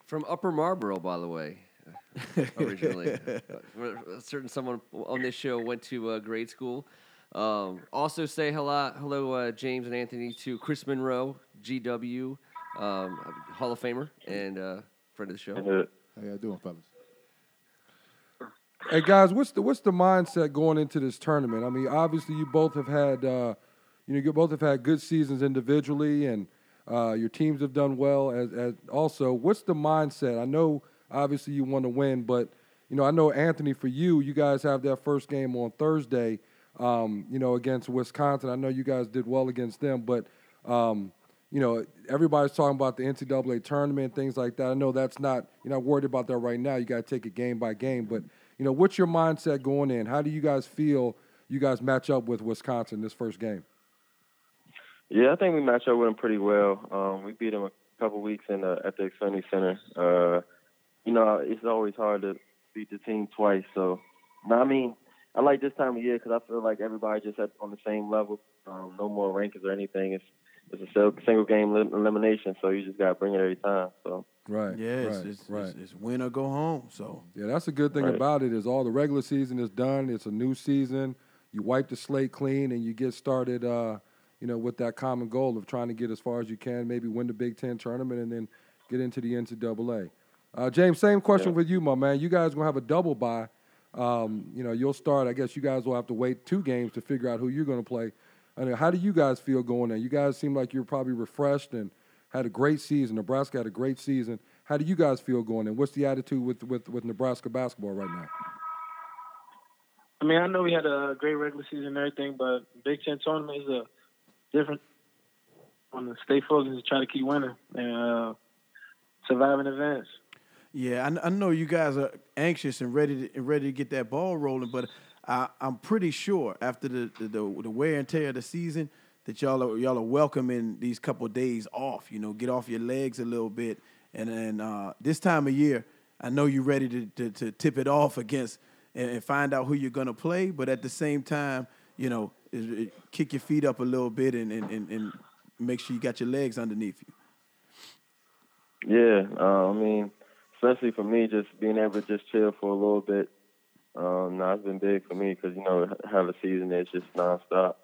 Speaker 4: From Upper Marlboro, by the way, originally. Uh, a certain someone on this show went to uh, grade school. Um, also, say hello, hello, uh, James and Anthony to Chris Monroe, GW, um, Hall of Famer and uh, friend of the show.
Speaker 7: Yeah.
Speaker 3: How y'all doing, fellas?
Speaker 5: Hey guys, what's the what's the mindset going into this tournament? I mean, obviously you both have had uh, you know you both have had good seasons individually, and uh, your teams have done well. As, as also, what's the mindset? I know obviously you want to win, but you know I know Anthony for you, you guys have that first game on Thursday. Um, you know against Wisconsin. I know you guys did well against them, but um, you know, everybody's talking about the NCAA tournament, things like that. I know that's not, you're not worried about that right now. You got to take it game by game. But, you know, what's your mindset going in? How do you guys feel you guys match up with Wisconsin this first game?
Speaker 7: Yeah, I think we match up with them pretty well. Um, we beat them a couple weeks in the, at the Xfinity Center. Uh, you know, it's always hard to beat the team twice. So, no, I mean, I like this time of year because I feel like everybdy's just at, on the same level. Um, no more rankings or anything. It's it's a sel- single game lim- elimination, so you just got to bring it every time. So,
Speaker 5: Right.
Speaker 1: Yeah, it's,
Speaker 5: right,
Speaker 1: it's,
Speaker 5: right.
Speaker 1: It's, it's win or go home. So
Speaker 5: Yeah, that's a good thing
Speaker 7: Right.
Speaker 5: about it is all the regular season is done. It's a new season. You wipe the slate clean and you get started, uh, you know, with that common goal of trying to get as far as you can, maybe win the Big Ten tournament and then get into the NCAA. Uh, James, same question
Speaker 7: Yeah.
Speaker 5: with you, my man. You guys gonna have a double bye. Um, you know, you'll start. I guess you guys will have to wait two games to figure out who you're gonna play. I mean, how do you guys feel going in? You guys seem like you're probably refreshed and had a great season. Nebraska had a great season. How do you guys feel going in? What's the attitude with, with, with Nebraska basketball right now?
Speaker 8: I mean, I know we had a great regular season and everything, but Big Ten tournament is a different. Want to stay focused and try to keep winning and uh, surviving events.
Speaker 1: Yeah, I, kn- I know you guys are anxious and ready to, and ready to get that ball rolling, but I, I'm pretty sure after the, the, the, the wear and tear of the season that y'all are, y'all are welcoming these couple days off. You know, get off your legs a little bit, and then uh, this time of year, I know you're ready to, to, to tip it off against and, and find out who you're gonna play, but at the same time, you know, it, it, kick your feet up a little bit and, and, and, and make sure you got your legs underneath you.
Speaker 7: yeah, uh, I mean, especially for me, just being able to just chill for a little bit. Um, no, it's been big for me because, you know, have a season that's just nonstop.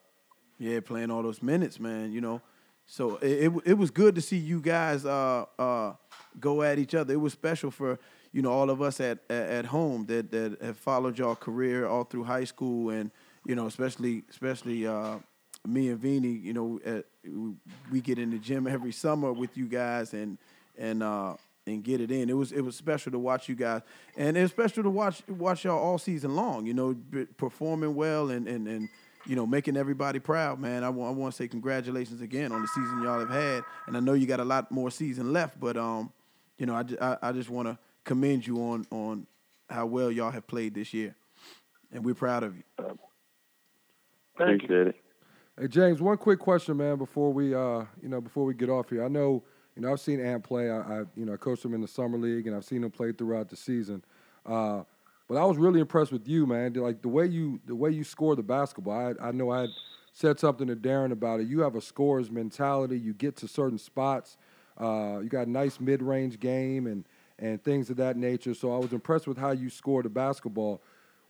Speaker 1: Yeah, playing all those minutes, man. You know, So it, it it was good to see you guys uh uh go at each other. It was special for you know all of us at at, at home that that have followed y'all career all through high school and you know especially especially uh me and Vini you know at, we get in the gym every summer with you guys and and uh and get it in. It was it was special to watch you guys, and it was special to watch watch y'all all season long. You know, b- performing well and and and you know making everybody proud, man. I want to say congratulations again on the season y'all have had, and I know you got a lot more season left, but um, you know, I ju- I, I just want to commend you on on how well y'all have played this year, and we're proud of you.
Speaker 8: Thank you.
Speaker 7: Appreciate it.
Speaker 5: Hey James, one quick question, man, before we uh, you know, before we get off here. I know, you know, I've seen Ant play. I, I you know, I coached him in the summer league and I've seen him play throughout the season. Uh, but I was really impressed with you, man. Like the way you the way you score the basketball. I I know I had said something to Darren about it. You have a scorer's mentality. You get to certain spots. Uh, you got a nice mid range game and and things of that nature. So I was impressed with how you score the basketball.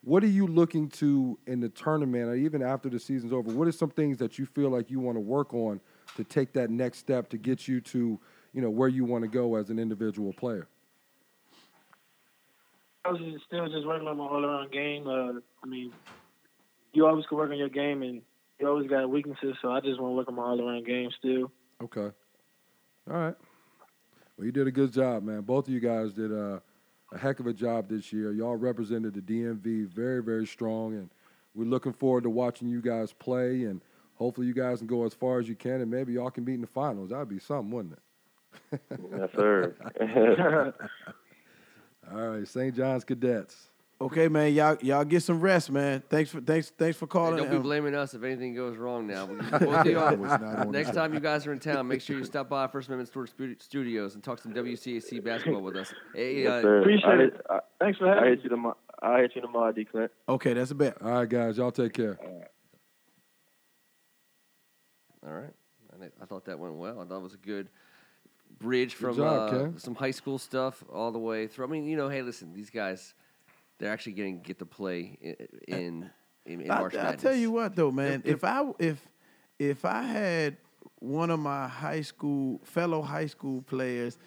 Speaker 5: What are you looking to in the tournament, or even after the season's over? What are some things that you feel like you want to work on to take that next step to get you to, you know, where you want to go as an individual player?
Speaker 8: I was just, still just working on my all around game. Uh, I mean, you always can work on your game, and you always got weaknesses. So I just want to work on my all around game still.
Speaker 5: Okay. All right. Well, you did a good job, man. Both of you guys did a, a heck of a job this year. Y'all represented the DMV very, very strong, and we're looking forward to watching you guys play. And hopefully, you guys can go as far as you can, and maybe y'all can beat in the finals. That'd be something, wouldn't it?
Speaker 7: Yes, sir.
Speaker 5: All right, St. John's Cadets.
Speaker 1: Okay, man, y'all y'all get some rest, man. Thanks for thanks thanks for
Speaker 4: Hey,
Speaker 1: calling.
Speaker 4: don't be
Speaker 1: Um,
Speaker 4: blaming us if anything goes wrong now. We- both of
Speaker 3: I
Speaker 4: y'all-
Speaker 3: was not on
Speaker 4: Next
Speaker 3: that.
Speaker 4: time you guys are in town, make sure you stop by First Amendment Store Stud- Studios and talk some WCAC basketball with us. Hey,
Speaker 7: yes,
Speaker 4: uh,
Speaker 7: sir.
Speaker 8: Appreciate
Speaker 7: I hit,
Speaker 8: it.
Speaker 7: I,
Speaker 8: Thanks for
Speaker 7: I
Speaker 8: having
Speaker 7: hit
Speaker 8: me.
Speaker 7: you tomorrow. I hit you tomorrow, D. Clint.
Speaker 1: okay, that's a bet.
Speaker 5: All right, guys, y'all take care.
Speaker 4: all right. I, thi- I thought that went well. I thought it was a good bridge from uh,
Speaker 5: job, Ken.
Speaker 4: some high school stuff all the way through. I mean, you know, hey, listen, these guys, they're actually getting get to play i- in in, in
Speaker 1: I-
Speaker 4: March
Speaker 1: I,
Speaker 4: Madness.
Speaker 1: tell you what though, man. If I if if I had one of my high school fellow high school players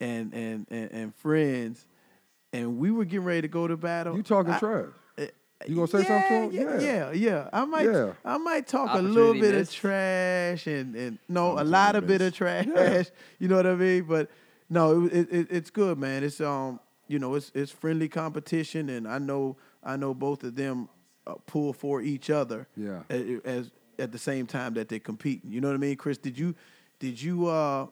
Speaker 1: and and and, and friends, and we were getting ready to go to battle,
Speaker 5: You talking
Speaker 1: Oh, I-
Speaker 5: trash?
Speaker 1: eh,
Speaker 5: You gonna say
Speaker 1: yeah,
Speaker 5: something to him?
Speaker 1: Yeah, yeah, yeah. I might,
Speaker 5: Yeah.
Speaker 1: I might talk a little
Speaker 4: Opportunity
Speaker 1: bit
Speaker 4: missed.
Speaker 1: of trash and and no, a
Speaker 3: Opportunity
Speaker 1: lot of bit of
Speaker 3: missed.
Speaker 1: trash. You know what I mean? But no, it, it, it- it's good, man. It's um, you know, it's it's friendly competition, and I know I know both of them uh, pull for each other.
Speaker 5: Yeah.
Speaker 1: a- As, at the same time that they're competing. You know what I mean, Chris? Did you did you uh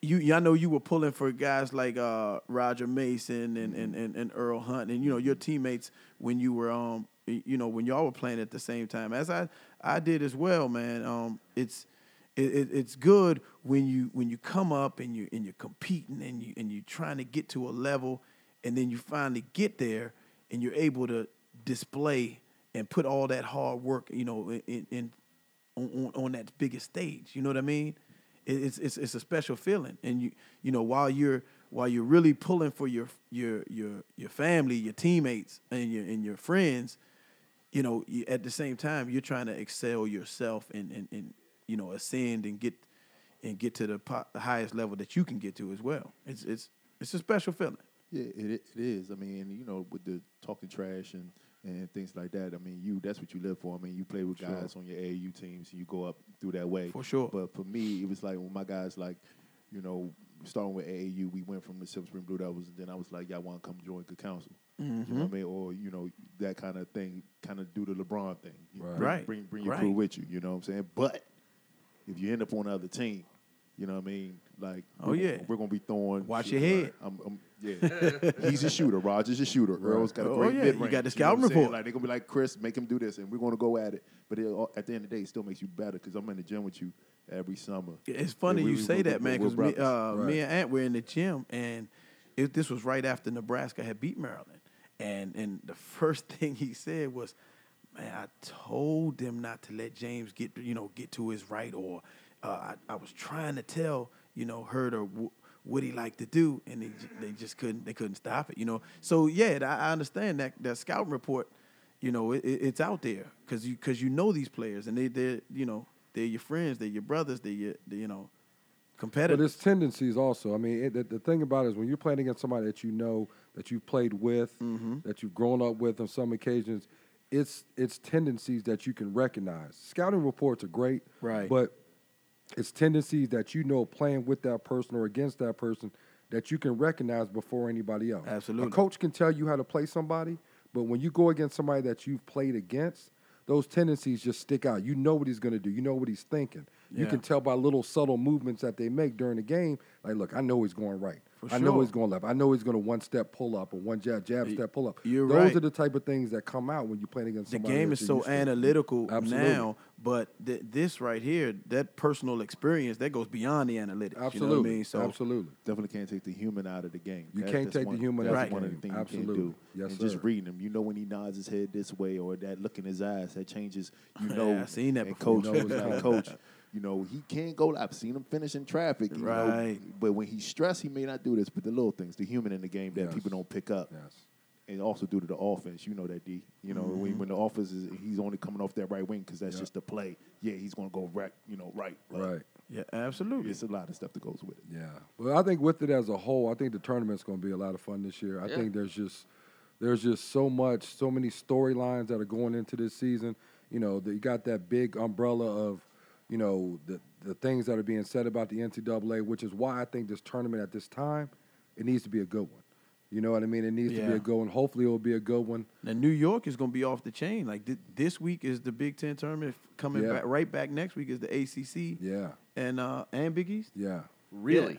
Speaker 1: you, you- I know you were pulling for guys like uh, Roger Mason and, and, and, and Earl Hunt and you know your teammates when you were um y- you know when y'all were playing at the same time as I I did as well man um it's it, it, it's good when you when you come up and you and you're competing and you and you're trying to get to a level and then you finally get there and you're able to display and put all that hard work you know in, in, in on, on, on that biggest stage you know what I mean it- it's it's it's a special feeling and you you know while you're while you're really pulling for your your your your family your teammates and your and your friends you know you, at the same time you're trying to excel yourself and and, and you know ascend and get and get to the, po- the highest level that you can get to as well it's it's it's a special feeling
Speaker 3: Yeah, it, it is. I mean, you know, with the talking trash and, and things like that. I mean, you that's what you live for. I mean, you play with guys on your AAU teams and you go up through that way
Speaker 1: For sure.
Speaker 3: But for me, it was like when my guys like, you know, starting with AAU, we went from the Silver Spring Blue Devils, and then I was like, y'all want to come join good council. You
Speaker 1: Mm-hmm.
Speaker 3: know what I mean? Or you know that kind of thing, kind of do the LeBron thing. You
Speaker 5: Right.
Speaker 3: Bring,
Speaker 1: Right.
Speaker 3: Bring bring your
Speaker 1: Right.
Speaker 3: crew with you. You know what I'm saying? But if you end up on the other team, you know what I mean? Like,
Speaker 1: Oh,
Speaker 3: we're-
Speaker 1: yeah.
Speaker 3: we're gonna be throwing.
Speaker 1: Watch
Speaker 3: shit.
Speaker 1: your head.
Speaker 3: I'm, I'm, yeah, he's a shooter. Roger's a shooter. Earl's got a
Speaker 1: Oh,
Speaker 3: great
Speaker 1: yeah,
Speaker 3: mid
Speaker 1: you got
Speaker 3: range.
Speaker 1: the
Speaker 3: know what
Speaker 1: scouting
Speaker 3: I'm saying?
Speaker 1: report.
Speaker 3: Like they're gonna be like, Chris, make him do this, and we're gonna go at it. But it, all- at the end of the day, it still makes you better because I'm in the gym with you every summer.
Speaker 1: It's funny
Speaker 3: Yeah, we-
Speaker 1: you
Speaker 3: we-
Speaker 1: say
Speaker 3: we-
Speaker 1: that,
Speaker 3: we-
Speaker 1: man,
Speaker 3: we're
Speaker 1: because me,
Speaker 3: brothers.
Speaker 1: uh,
Speaker 5: Right.
Speaker 1: me and Aunt were in the gym, and it, this was right after Nebraska had beat Maryland, and and the first thing he said was, "Man, I told them not to let James get you know get to his right, or uh, I, I was trying to tell you know Hurd or Wo- what he liked to do, and they j- they just couldn't they couldn't stop it, you know. So yeah, I, I understand that that scouting report, you know, it, it, it's out there because you because you know these players and they they you know They're your friends. They're your brothers. They're your they're, you know
Speaker 5: But
Speaker 1: competitors.
Speaker 5: it's tendencies also. I mean, it, the, the thing about it is when you're playing against somebody that you know, that you've played with,
Speaker 1: Mm-hmm.
Speaker 5: that you've grown up with on some occasions, it's it's tendencies that you can recognize. Scouting reports are great,
Speaker 1: Right.
Speaker 5: But it's tendencies that you know playing with that person or against that person that you can recognize before anybody else.
Speaker 1: Absolutely.
Speaker 5: A coach can tell you how to play somebody, but when you go against somebody that you've played against, those tendencies just stick out. You know what he's going to do. You know what he's thinking. You
Speaker 1: Yeah.
Speaker 5: can tell by little subtle movements that they make during the game. Like, look, I know he's going right.
Speaker 1: For
Speaker 5: I know
Speaker 1: sure.
Speaker 5: he's going left. I know he's going to one step pull up or one jab jab
Speaker 1: Y-
Speaker 5: step pull up.
Speaker 1: you're
Speaker 5: Those
Speaker 1: right.
Speaker 5: are the type of things that come out when you're playing against
Speaker 1: The
Speaker 5: somebody.
Speaker 1: game
Speaker 5: that
Speaker 1: is
Speaker 5: you're
Speaker 1: so
Speaker 5: used to.
Speaker 1: analytical
Speaker 5: Absolutely.
Speaker 1: now, but th- this right here, that personal experience, that goes beyond the analytics.
Speaker 5: Absolutely.
Speaker 1: You know what I mean? So
Speaker 5: Absolutely.
Speaker 3: Definitely can't take the human out of the game.
Speaker 5: You can't take the human
Speaker 1: out of
Speaker 3: that's
Speaker 1: the
Speaker 3: one
Speaker 5: game.
Speaker 3: of the things
Speaker 5: Absolutely.
Speaker 3: you can't do.
Speaker 5: Yes,
Speaker 3: and
Speaker 5: sir.
Speaker 3: just reading him, you know when he nods his head this way or that look in his eyes that changes. You know,
Speaker 1: I seen that
Speaker 3: and
Speaker 1: before.
Speaker 3: coach,
Speaker 5: You know it's
Speaker 3: like,
Speaker 5: coming.
Speaker 3: coach. You know he can't go. I've seen him finish in traffic. You
Speaker 1: Right.
Speaker 3: Know, but when he's stressed, he may not do this. But the little things, the human in the game that
Speaker 5: Yes.
Speaker 3: people don't pick up,
Speaker 5: Yes.
Speaker 3: and also due to the offense. You know that D. You know when, when the offense is, he's only coming off that right wing because that's
Speaker 5: Mm-hmm. Yeah.
Speaker 3: just the play. Yeah, he's going to go right. You know, right. but
Speaker 5: Right.
Speaker 1: yeah, absolutely.
Speaker 3: It's a lot of stuff that goes with it.
Speaker 5: Yeah. Well, I think with it as a whole, I think the tournament's going to be a lot of fun this year. I
Speaker 4: Yeah.
Speaker 5: think there's just there's just so much, so many storylines that are going into this season. You know, that you got that big umbrella of, you know, the the things that are being said about the NCAA, which is why I think this tournament at this time, it needs to be a good one. You know what I mean? It needs to be
Speaker 1: Yeah.
Speaker 5: a good one. Hopefully, it will be a good one.
Speaker 1: Now New York is going to be off the chain. Like thi- this week is the Big Ten tournament. Coming
Speaker 5: Yeah.
Speaker 1: back, right back next week is the ACC
Speaker 5: Yeah.
Speaker 1: and uh, and Big East.
Speaker 5: Yeah.
Speaker 4: Really?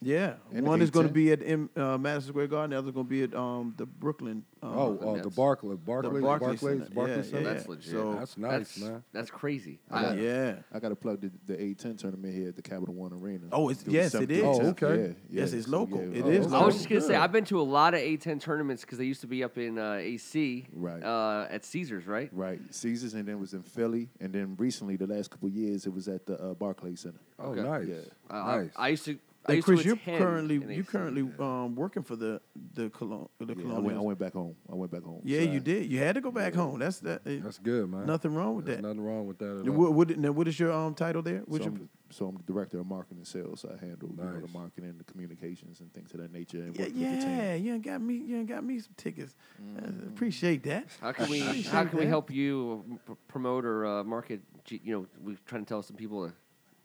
Speaker 1: Yeah,
Speaker 3: And the
Speaker 1: one is
Speaker 3: Big
Speaker 1: going to
Speaker 3: Ten.
Speaker 1: be at M, uh, Madison Square Garden. The other is going to be at um, the Brooklyn. Um,
Speaker 5: Oh,
Speaker 4: the
Speaker 5: oh the
Speaker 4: Nets.
Speaker 5: Barclay, Barclays,
Speaker 1: Barclays
Speaker 5: Barclays, Barclays,
Speaker 1: Center. Yeah,
Speaker 5: Center.
Speaker 4: That's legit.
Speaker 1: So-
Speaker 5: That's nice,
Speaker 4: That's-
Speaker 5: man.
Speaker 4: That's crazy.
Speaker 1: yeah.
Speaker 4: I,
Speaker 3: I got to plug the, the A10 tournament here at the Capital One Arena.
Speaker 1: Oh, it's-
Speaker 3: Through
Speaker 1: yes,
Speaker 3: the
Speaker 1: it is.
Speaker 3: 7th,
Speaker 5: Oh, okay.
Speaker 1: Yes, it's local. It
Speaker 3: oh,
Speaker 1: is
Speaker 3: okay.
Speaker 4: I was just
Speaker 1: local.
Speaker 4: gonna say
Speaker 5: good.
Speaker 4: I've been to a lot of A10 tournaments because they used to be up in uh, AC,
Speaker 3: Right.
Speaker 4: Uh, at Caesars, right?
Speaker 3: Right, Caesars, and then it was in Philly, and then recently, the last couple of years, it was at the uh, Barclays Center.
Speaker 5: Oh,
Speaker 4: Okay.
Speaker 5: nice.
Speaker 3: Yeah.
Speaker 4: Uh, I-
Speaker 5: Nice.
Speaker 4: I, used to. I
Speaker 1: Hey,
Speaker 4: used
Speaker 1: Chris,
Speaker 4: to
Speaker 1: you're
Speaker 4: attend
Speaker 1: currently
Speaker 4: an
Speaker 1: you
Speaker 4: AC.
Speaker 1: currently um, working for the the Cologne. The
Speaker 3: Yeah, I,
Speaker 1: Colonials.
Speaker 3: went, I went back home. I went back home.
Speaker 1: yeah,
Speaker 3: So I-
Speaker 1: you did. You had to go back home. That's that. eh,
Speaker 5: That's good, man.
Speaker 1: nothing wrong with
Speaker 5: There's
Speaker 1: that.
Speaker 5: Nothing wrong with that. At all.
Speaker 1: What, what, now, what is your um title there?
Speaker 3: So,
Speaker 1: What's your,
Speaker 3: I'm, so I'm the director of marketing and sales. So I handle you know, the
Speaker 5: Nice.
Speaker 3: marketing, the communications, and things of that nature. And
Speaker 1: yeah,
Speaker 3: worked with the team.
Speaker 1: yeah you ain't got me. You ain't got me some tickets. Uh, appreciate that.
Speaker 4: How can we how can we help you p- promote or uh, market? G, you know, we're trying to tell some people to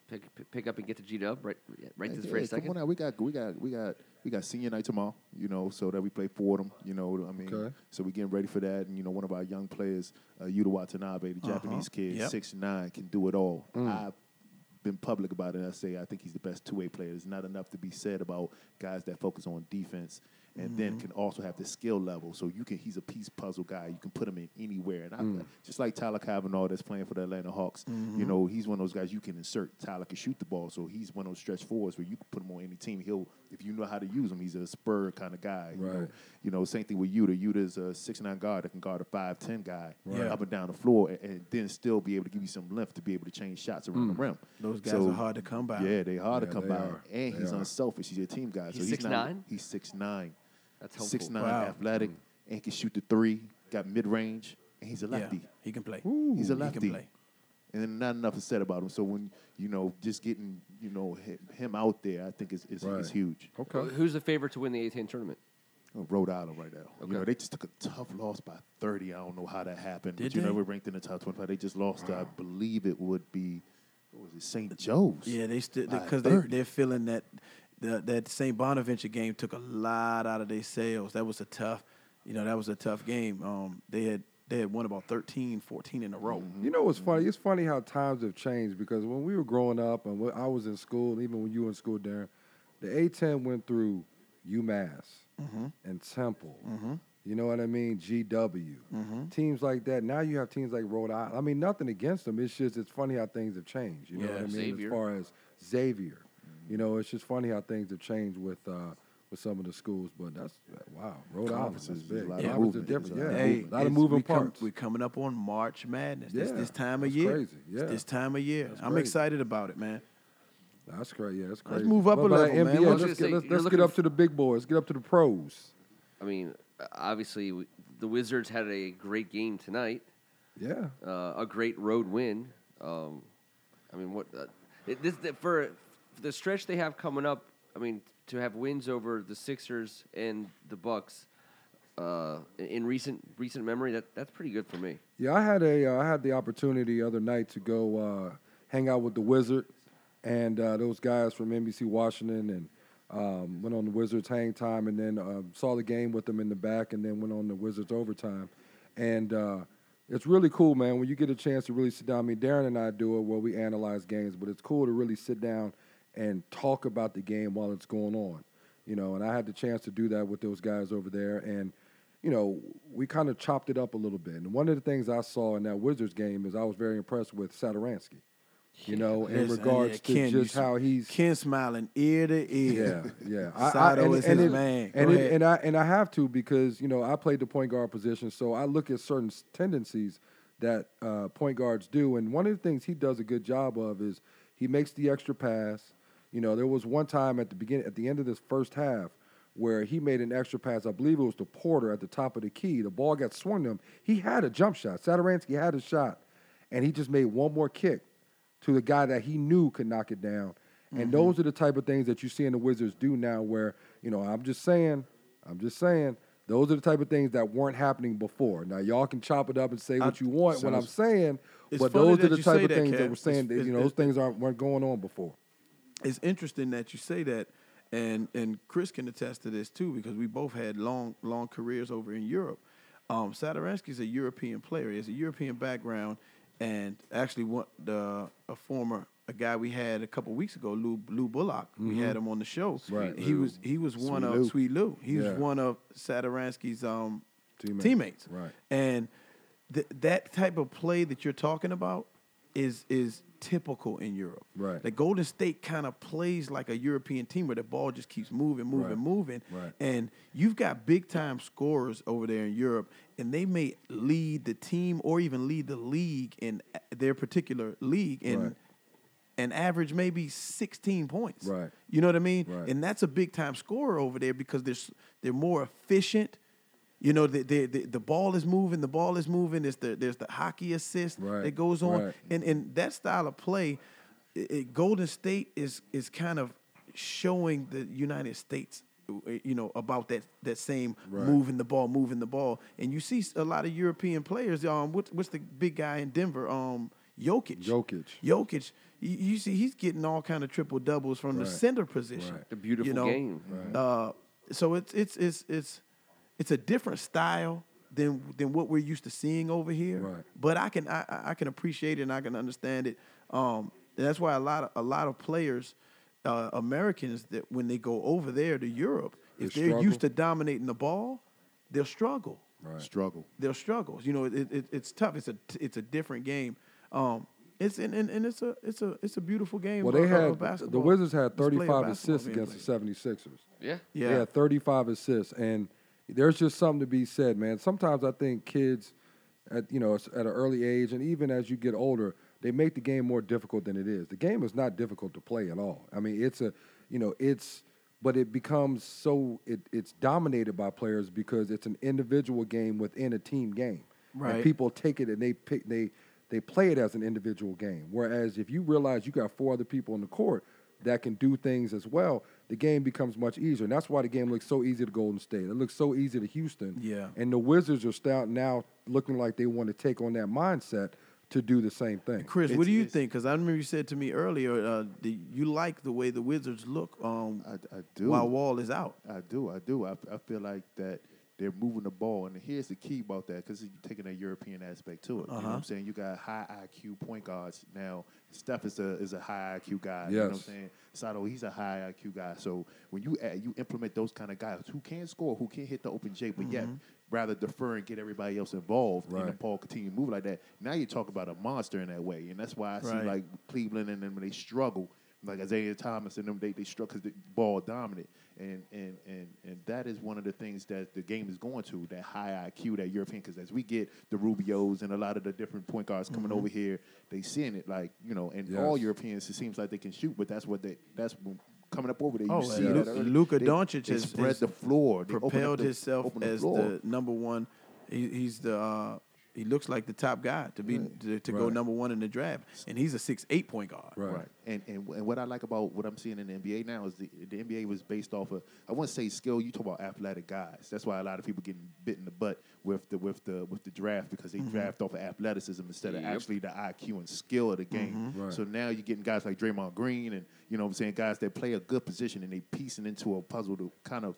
Speaker 4: pick p- pick up and get to G Dub right right this
Speaker 3: Yeah,
Speaker 4: very
Speaker 3: yeah,
Speaker 4: second.
Speaker 3: Come on out. We got we got we got we got senior night tomorrow, you know, so that we play Fordham, you know. what I mean,
Speaker 5: Okay.
Speaker 3: so we're getting ready for that. And you know, one of our young players, uh, Yuta Watanabe,
Speaker 4: Uh-huh.
Speaker 3: the Japanese kid,
Speaker 1: Yep.
Speaker 3: six nine, can do it all.
Speaker 4: Mm.
Speaker 3: I've been public about it. I say I think he's the best two way player. There's not enough to be said about guys that focus on defense. And then can also have the skill level, so you can. He's a piece puzzle guy. You can put him in anywhere, and I, just like Tyler Kavanaugh that's playing for the Atlanta Hawks, you know he's one of those guys you can insert. Tyler can shoot the ball, so he's one of those stretch forwards where you can put him on any team. He'll if you know how to use him, he's a spur kind of guy. You know,
Speaker 5: Right.
Speaker 3: you know same thing with Yuta. Yuta's a six nine guard that can guard a five ten guy
Speaker 1: Right.
Speaker 3: up and down the floor, and, and then still be able to give you some length to be able to change shots around the rim.
Speaker 1: Those guys
Speaker 3: So,
Speaker 1: are hard to come by.
Speaker 3: Yeah, they hard
Speaker 5: Yeah,
Speaker 3: to come
Speaker 5: they
Speaker 3: by,
Speaker 5: are.
Speaker 3: and
Speaker 5: They
Speaker 3: he's
Speaker 5: are.
Speaker 3: unselfish. He's a team guy. so
Speaker 4: He's
Speaker 3: he's not.
Speaker 4: 6'9"?
Speaker 3: He's six nine.
Speaker 4: That's helpful.
Speaker 3: Six nine,
Speaker 1: Wow.
Speaker 3: athletic, and can shoot the three. Got mid range, and he's a
Speaker 1: Yeah,
Speaker 3: lefty.
Speaker 1: he can play.
Speaker 3: He's a
Speaker 1: He
Speaker 3: lefty.
Speaker 1: can play.
Speaker 3: And then not enough is said about him. So when you know, just getting you know him, him out there, I think is is,
Speaker 5: Right. Oh.
Speaker 3: is huge. Oh,
Speaker 4: Uh,
Speaker 5: Okay.
Speaker 4: Who's the favorite to win the A10 tournament?
Speaker 3: Rhode Island right now. You
Speaker 4: Okay.
Speaker 3: know, they just took a tough loss by thirty. I don't know how that happened.
Speaker 1: Did
Speaker 3: but you know,
Speaker 1: they?
Speaker 3: we're ranked in the top twenty-five. They just lost. To, I believe it would be, what was it St. Joe's?
Speaker 1: Yeah, they still
Speaker 3: by
Speaker 1: because they
Speaker 3: 30.
Speaker 1: they're feeling that the, that St. Bonaventure game took a lot out of their sales. That was a tough, you know, that was a tough game. Um, they had they had won about 13, 14 in a row.
Speaker 5: You know what's funny? It's funny how times have changed because when we were growing up and when I was in school, and even when you were in school, Darren, the A10 went through UMass
Speaker 3: Mm-hmm.
Speaker 5: and Temple. You know what I mean? GW.
Speaker 3: Mm-hmm.
Speaker 5: Teams like that. Now you have teams like Rhode Island. I mean, nothing against them. It's just it's funny how things have changed. You know
Speaker 1: Yeah,
Speaker 5: what I mean?
Speaker 4: Xavier.
Speaker 5: As far as Xavier,
Speaker 3: Mm-hmm.
Speaker 5: you know, it's just funny how things have changed with. Uh, with some of the schools, but that's wow, Rhode Island is
Speaker 3: Conferences, there's
Speaker 5: big.
Speaker 3: a lot
Speaker 5: That
Speaker 3: of
Speaker 5: was the
Speaker 3: movement.
Speaker 5: difference.
Speaker 3: There's a lot
Speaker 5: Yeah,
Speaker 3: of
Speaker 1: Hey,
Speaker 5: a lot of
Speaker 1: it's-
Speaker 5: moving
Speaker 1: we come-
Speaker 5: parts.
Speaker 1: we're coming up on March Madness. This
Speaker 5: Yeah,
Speaker 1: this time of
Speaker 5: that's
Speaker 1: year.
Speaker 5: crazy.
Speaker 1: It's
Speaker 5: Yeah.
Speaker 1: this time of year. I'm
Speaker 5: crazy.
Speaker 1: excited about it, man.
Speaker 5: That's great. Yeah, that's
Speaker 1: Let's
Speaker 5: crazy.
Speaker 1: move up
Speaker 5: But
Speaker 1: a
Speaker 5: by
Speaker 1: level, man.
Speaker 5: NBA,
Speaker 1: What
Speaker 5: Let's,
Speaker 1: you
Speaker 5: get,
Speaker 4: say? You're
Speaker 5: let's, let's get
Speaker 4: looking
Speaker 5: up
Speaker 4: f-
Speaker 5: to the big boys. Get up to the pros.
Speaker 4: I mean, uh, obviously w- the Wizards had a great game tonight,
Speaker 5: Yeah.
Speaker 4: uh, a great road win. Um, I mean, what uh, it, this the- for the stretch they have coming up. I mean, to have wins over the Sixers and the Bucks uh, in- in recent recent memory, that that's pretty good for me.
Speaker 5: Yeah, I had a uh, I had the opportunity the other night to go uh, hang out with the Wizard and uh, those guys from NBC Washington, and um, went on the Wizards hang time, and then uh, saw the game with them in the back, and then went on the Wizards overtime, and uh, it's really cool, man. When you get a chance to really sit down, I mean, Darren and I do it where we analyze games, but it's cool to really sit down and talk about the game while it's going on, you know. And I had the chance to do that with those guys over there, and you know, we kind of chopped it up a little bit. And one of the things I saw in that Wizards game is I was very impressed with Saturansky. You know, in
Speaker 1: Listen,
Speaker 5: regards
Speaker 1: uh, yeah, Ken
Speaker 5: to just
Speaker 1: used to-
Speaker 5: how he's
Speaker 1: Ken smiling ear to
Speaker 5: yeah,
Speaker 1: ear.
Speaker 5: yeah.
Speaker 1: Sato is his
Speaker 5: it-
Speaker 1: man. Go
Speaker 5: And, it-
Speaker 1: ahead.
Speaker 5: and I and I have to because you know I played the point guard position, so I look at certain s- tendencies that uh, point guards do. And one of the things he does a good job of is he makes the extra pass. You know, there was one time at the beginning, at the end of this first half, where he made an extra pass. I believe it was to Porter at the top of the key. The ball got swung to him. He had a jump shot. Saturansky had a shot, and he just made one more kick to the guy that he knew could knock it down.
Speaker 1: Mm-hmm.
Speaker 5: And those are the type of things that you see in the Wizards do now where, you know, I'm just saying, I'm just saying, those are the type of things that weren't happening before. Now y'all can chop it up and say what you want when I'm saying,
Speaker 1: It's
Speaker 5: but
Speaker 1: funny
Speaker 5: those are
Speaker 1: that
Speaker 5: the
Speaker 1: you
Speaker 5: type
Speaker 1: say
Speaker 5: of
Speaker 1: that,
Speaker 5: things that
Speaker 1: Kev.
Speaker 5: we're saying that,
Speaker 1: It's-
Speaker 5: you know,
Speaker 1: it's-
Speaker 5: those things aren't weren't going on before.
Speaker 1: it's interesting that you say that, and and Chris can attest to this too because we both had long long careers over in Europe. Um, Saturansky's a European player. He has a European background, and actually, one the a former a guy we had a couple weeks ago, Lou Lou Bullock. We had him on the show.
Speaker 5: Right.
Speaker 1: He was he was one
Speaker 3: Sweet
Speaker 1: of
Speaker 3: Lou.
Speaker 1: Sweet Lou. He
Speaker 5: Yeah.
Speaker 1: was one of Saturansky's um,
Speaker 5: Teammates.
Speaker 1: teammates.
Speaker 5: Right.
Speaker 1: And th- that type of play that you're talking about is is typical in Europe.
Speaker 5: Right.
Speaker 1: The Golden State kind of plays like a European team where the ball just keeps moving, moving,
Speaker 5: Right.
Speaker 1: moving.
Speaker 5: Right.
Speaker 1: And you've got big time scorers over there in Europe, and they may lead the team or even lead the league in a- their particular league and
Speaker 5: Right.
Speaker 1: an average maybe 16 points.
Speaker 5: Right.
Speaker 1: You know what I mean?
Speaker 5: Right.
Speaker 1: And that's a big time scorer over there because they're s- they're more efficient. You know, the the the, the ball is moving, the ball is moving. There's the there's the hockey assist
Speaker 5: Right.
Speaker 1: that goes on,
Speaker 5: Right.
Speaker 1: and and that style of play, it, it- Golden State is is kind of showing the United States. uh, You know about that that same
Speaker 5: Right.
Speaker 1: moving the ball, moving the ball, and you see s- a lot of European players. Um, what, what's the big guy in Denver? Um, Jokic.
Speaker 5: Jokic.
Speaker 1: Jokic, you, you see, he's getting all kind of triple doubles from
Speaker 5: Right.
Speaker 1: the center position.
Speaker 5: Right.
Speaker 4: The beautiful
Speaker 1: you know?
Speaker 4: game.
Speaker 1: Uh, so it's it's it's it's it's a different style than than what we're used to seeing over here.
Speaker 5: Right.
Speaker 1: But I can I, I- I can appreciate it and I can understand it. Um, and that's why a lot of a lot of players, uh, Americans, that when they go over there to Europe, if
Speaker 5: They
Speaker 1: they're used to
Speaker 5: struggle.
Speaker 1: dominating the ball, they'll struggle
Speaker 5: Right.
Speaker 3: Struggle.
Speaker 1: their struggles. You know, it, it, it's tough. It's a it's a different game. Um, it's and, and, and it's a it's a it's a beautiful game.
Speaker 5: Well, they
Speaker 1: of- of
Speaker 5: had
Speaker 1: basketball.
Speaker 5: the Wizards
Speaker 1: This
Speaker 5: had
Speaker 1: play of
Speaker 5: 35
Speaker 1: basketball
Speaker 5: assists
Speaker 1: being
Speaker 5: against the 76ers.
Speaker 4: Yeah.
Speaker 1: played. Yeah,
Speaker 5: Yeah, 35 assists. And there's just something to be said, man. Sometimes I think kids at you know at an early age and even as you get older, they make the game more difficult than it is. The game is not difficult to play at all. I mean, it's a you know, it's but it becomes so it, it's dominated by players because it's an individual game within a team game. And
Speaker 1: Right.
Speaker 5: people take it and they pick they they play it as an individual game. Whereas if you realize you got four other people in the court that can do things as well, the game becomes much easier. And that's why the game looks so easy to Golden State. It looks so easy to Houston.
Speaker 1: Yeah.
Speaker 5: And the Wizards are stout now looking like they want to take on that mindset to do the same thing.
Speaker 1: Chris, what
Speaker 3: It's-
Speaker 1: do you
Speaker 3: it's-
Speaker 1: think? Because I remember you said to me earlier, uh, the, you like the way the Wizards look. Um,
Speaker 3: I, I do.
Speaker 1: while Wall is out.
Speaker 3: I do, I do. I, I feel like that they're moving the ball, and here's the key about that because you're taking a European aspect to it. You know what
Speaker 1: Uh-huh.
Speaker 3: I'm saying? You got high IQ point guards now. Steph is a is a high IQ guy. You know what I'm
Speaker 5: Yes.
Speaker 3: saying? Sato, he's a high IQ guy. So when you add, you implement those kind of guys who can score, who can hit the open J, but yet rather defer and get everybody else involved, and the
Speaker 5: Right.
Speaker 3: ball continue to move like that. Now you talk about a monster in that way, and that's why I see
Speaker 1: Right.
Speaker 3: like Cleveland and them they struggle. Like Isaiah Thomas and them they they struggle because the ball dominant, and and and and that is one of the things that the game is going to that high IQ that European. Because as we get the Rubios and a lot of the different point guards
Speaker 1: Mm-hmm.
Speaker 3: coming over here, they seeing it like you know, and all
Speaker 5: Yes.
Speaker 3: Europeans it seems like they can shoot, but that's what they that's when, coming up over there. You
Speaker 1: Oh,
Speaker 3: see
Speaker 1: yeah.
Speaker 3: that
Speaker 1: Lu-
Speaker 3: early.
Speaker 1: Luka
Speaker 3: They-
Speaker 1: Doncic
Speaker 3: they
Speaker 1: has-
Speaker 3: spread
Speaker 1: has
Speaker 3: the floor, they open up
Speaker 1: propelled
Speaker 3: the-
Speaker 1: himself
Speaker 3: open the
Speaker 1: as
Speaker 3: floor.
Speaker 1: the number one. He, he's the uh, He looks like the top guy to be to, to go
Speaker 5: Right.
Speaker 1: number one in the draft, and he's a six eight point guard.
Speaker 5: Right.
Speaker 3: Right. And, and and what I like about what I'm seeing in the NBA now is the, the NBA was based off of I wouldn't say skill. You talk about athletic guys. That's why a lot of people getting bit in the butt with the with the with the draft because they draft off of athleticism instead of
Speaker 4: Yep.
Speaker 3: actually the IQ and skill of the game.
Speaker 5: Right.
Speaker 3: So now you're getting guys like Draymond Green and you know what I'm saying guys that play a good position and they piecing into a puzzle to kind of.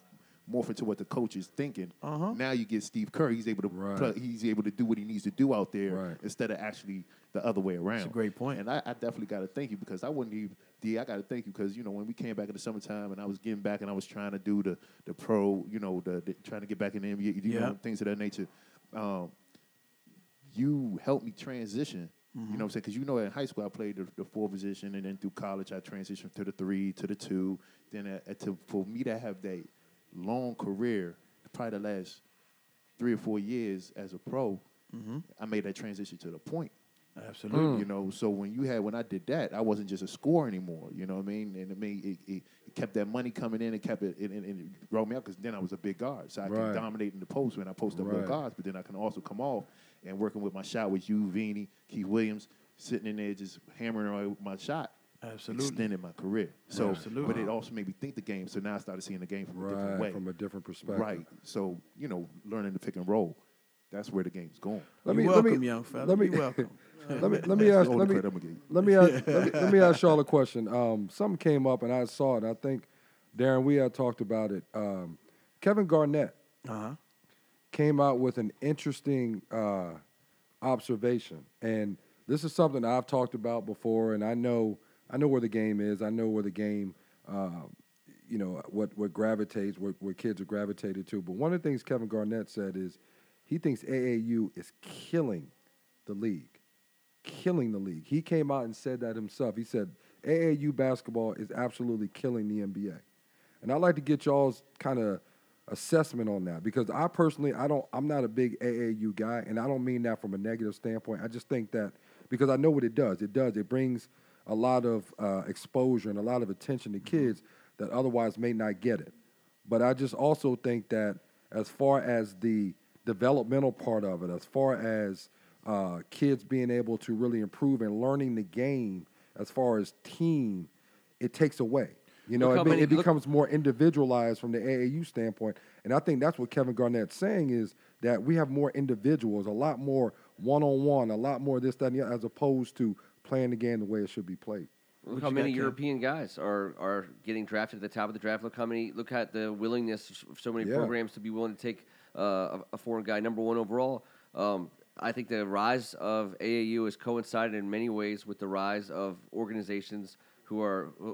Speaker 3: Morph into what the coach is thinking.
Speaker 1: Uh-huh.
Speaker 3: Now you get Steve Kerr. He's able to
Speaker 5: Right.
Speaker 3: play- he's able to do what he needs to do out there
Speaker 5: Right.
Speaker 3: instead of actually the other way around.
Speaker 1: great point.
Speaker 3: And I, I definitely got to thank you because I wouldn't even. D, I got to thank you because you know when we came back in the summertime and I was getting back and I was trying to do the the pro, you know, the, the trying to get back in the NBA, you
Speaker 1: Yeah.
Speaker 3: know, things of that nature. Um, you helped me transition. You know what I'm saying? Because you know, in high school, I played the, the four position, and then through college, I transitioned to the three, to the two. Then, at, at to, for me to have that long career, probably the last three or four years as a pro,
Speaker 5: Mm-hmm.
Speaker 3: I made that transition to the point.
Speaker 1: Absolutely.
Speaker 3: You know, so when you had when I did that, I wasn't just a scorer anymore. You know what I mean? And I mean, it, it, it kept that money coming in and kept it and, and, and it rolled me out because then I was a big guard, so I
Speaker 5: Right.
Speaker 3: could dominate in the post when I post up with
Speaker 5: Right.
Speaker 3: guards, but then I can also come off and working with my shot with you, Vini, Keith Williams, sitting in there just hammering away with my shot.
Speaker 1: Absolutely.
Speaker 3: extended my career. So,
Speaker 1: Absolutely.
Speaker 3: but it also made me think the game. So now I started seeing the game from a different way.
Speaker 5: Right. From a different perspective.
Speaker 3: right. So you know, learning to pick and roll. That's where the game's going.
Speaker 5: Let
Speaker 1: You're
Speaker 5: me,
Speaker 1: welcome,
Speaker 5: let me,
Speaker 1: young fella.
Speaker 5: Let me,
Speaker 1: You're welcome.
Speaker 5: let me, let me
Speaker 3: That's
Speaker 5: ask,
Speaker 3: the only
Speaker 5: let me,
Speaker 3: credit I'm gonna give you.
Speaker 5: let me, ask, let me, let me ask y'all a question. Um, something came up and I saw it. I think Darren, we had talked about it. Um, Kevin Garnett
Speaker 1: Uh-huh.
Speaker 5: came out with an interesting uh, observation, and this is something I've talked about before, and I know I know where the game is. I know where the game, uh, you know, what what gravitates, where, where kids are gravitated to. But one of the things Kevin Garnett said is he thinks AAU is killing the league, killing the league. He came out and said that himself. He said AAU basketball is absolutely killing the NBA, and I'd like to get y'all's kind of assessment on that because I personally I don't I'm not a big AAU guy and I don't mean that from a negative standpoint. I just think that because I know what it does. It does it brings a lot of uh, exposure and a lot of attention to kids that otherwise may not get it. But I just also think that as far as the developmental part of it, as far as uh, kids being able to really improve and learning the game, as far as team, it takes away. You know,
Speaker 4: Look
Speaker 5: it,
Speaker 4: how
Speaker 5: be-
Speaker 4: many-
Speaker 5: it
Speaker 4: look-
Speaker 5: becomes more individualized from the AAU standpoint, and I think that's what Kevin Garnett's saying is that we have more individuals, a lot more one-on-one, a lot more this, that, and the other, as opposed to playing the game the way it should be played.
Speaker 4: Look how
Speaker 1: you
Speaker 4: many
Speaker 1: got, Cam?
Speaker 4: European guys are, are getting drafted at the top of the draft. Look how many. Look at the willingness of so many
Speaker 5: Yeah.
Speaker 4: programs to be willing to take uh, a- a foreign guy number one overall. Um, I think the rise of AAU has coincided in many ways with the rise of organizations who are uh,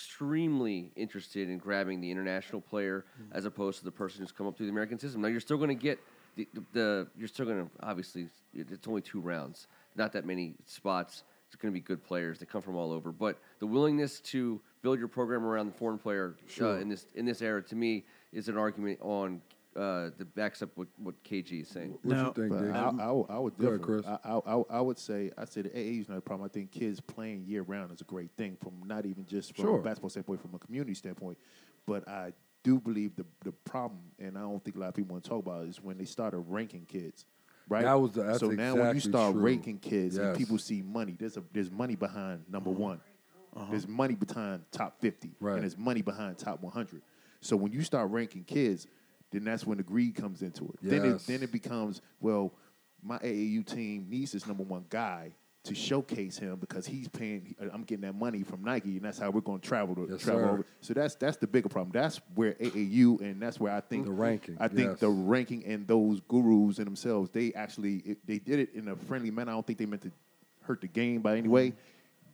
Speaker 4: extremely interested in grabbing the international player as opposed to the person who's come up through the American system. Now you're still going to get the, the, the you're still going to obviously it's only two rounds, not that many spots it's going to be good players that come from all over. But the willingness to build your program around the foreign player uh, in this in this era, to me, is an argument on uh, that backs up what, what KG is saying.
Speaker 5: What
Speaker 1: Now-
Speaker 5: you think,
Speaker 3: But
Speaker 5: Dick?
Speaker 3: I, I, would- I would
Speaker 5: Go
Speaker 3: differ.
Speaker 5: ahead, Chris.
Speaker 3: I, I, I- I would say I said AAU is not a problem. I think kids playing year round is a great thing from not even just from
Speaker 5: Sure.
Speaker 3: a basketball standpoint, from a community standpoint. But I do believe the the problem, and I don't think a lot of people want to talk about, it, is when they started ranking kids. Right.
Speaker 5: That was- that's
Speaker 3: so now when
Speaker 5: exactly
Speaker 3: you start
Speaker 5: true.
Speaker 3: ranking kids
Speaker 5: Yes. Uh-huh.
Speaker 3: and people see money, there's a there's money behind number one. There's money behind top fifty,
Speaker 5: Right.
Speaker 3: and there's money behind top one hundred. So when you start ranking kids, then that's when the greed comes into it. Then it,
Speaker 5: Yes.
Speaker 3: then it becomes well, my AAU team needs this number one guy to showcase him because he's paying. I'm getting that money from Nike, and that's how we're going to travel to
Speaker 5: Yes,
Speaker 3: travel
Speaker 5: sir.
Speaker 3: over. So that's that's the bigger problem. That's where AAU and that's where I think
Speaker 5: The ranking,
Speaker 3: I think the
Speaker 5: yes.
Speaker 3: ranking and those gurus in themselves, they actually it- they did it in a friendly manner. I don't think they meant to hurt the game by any way.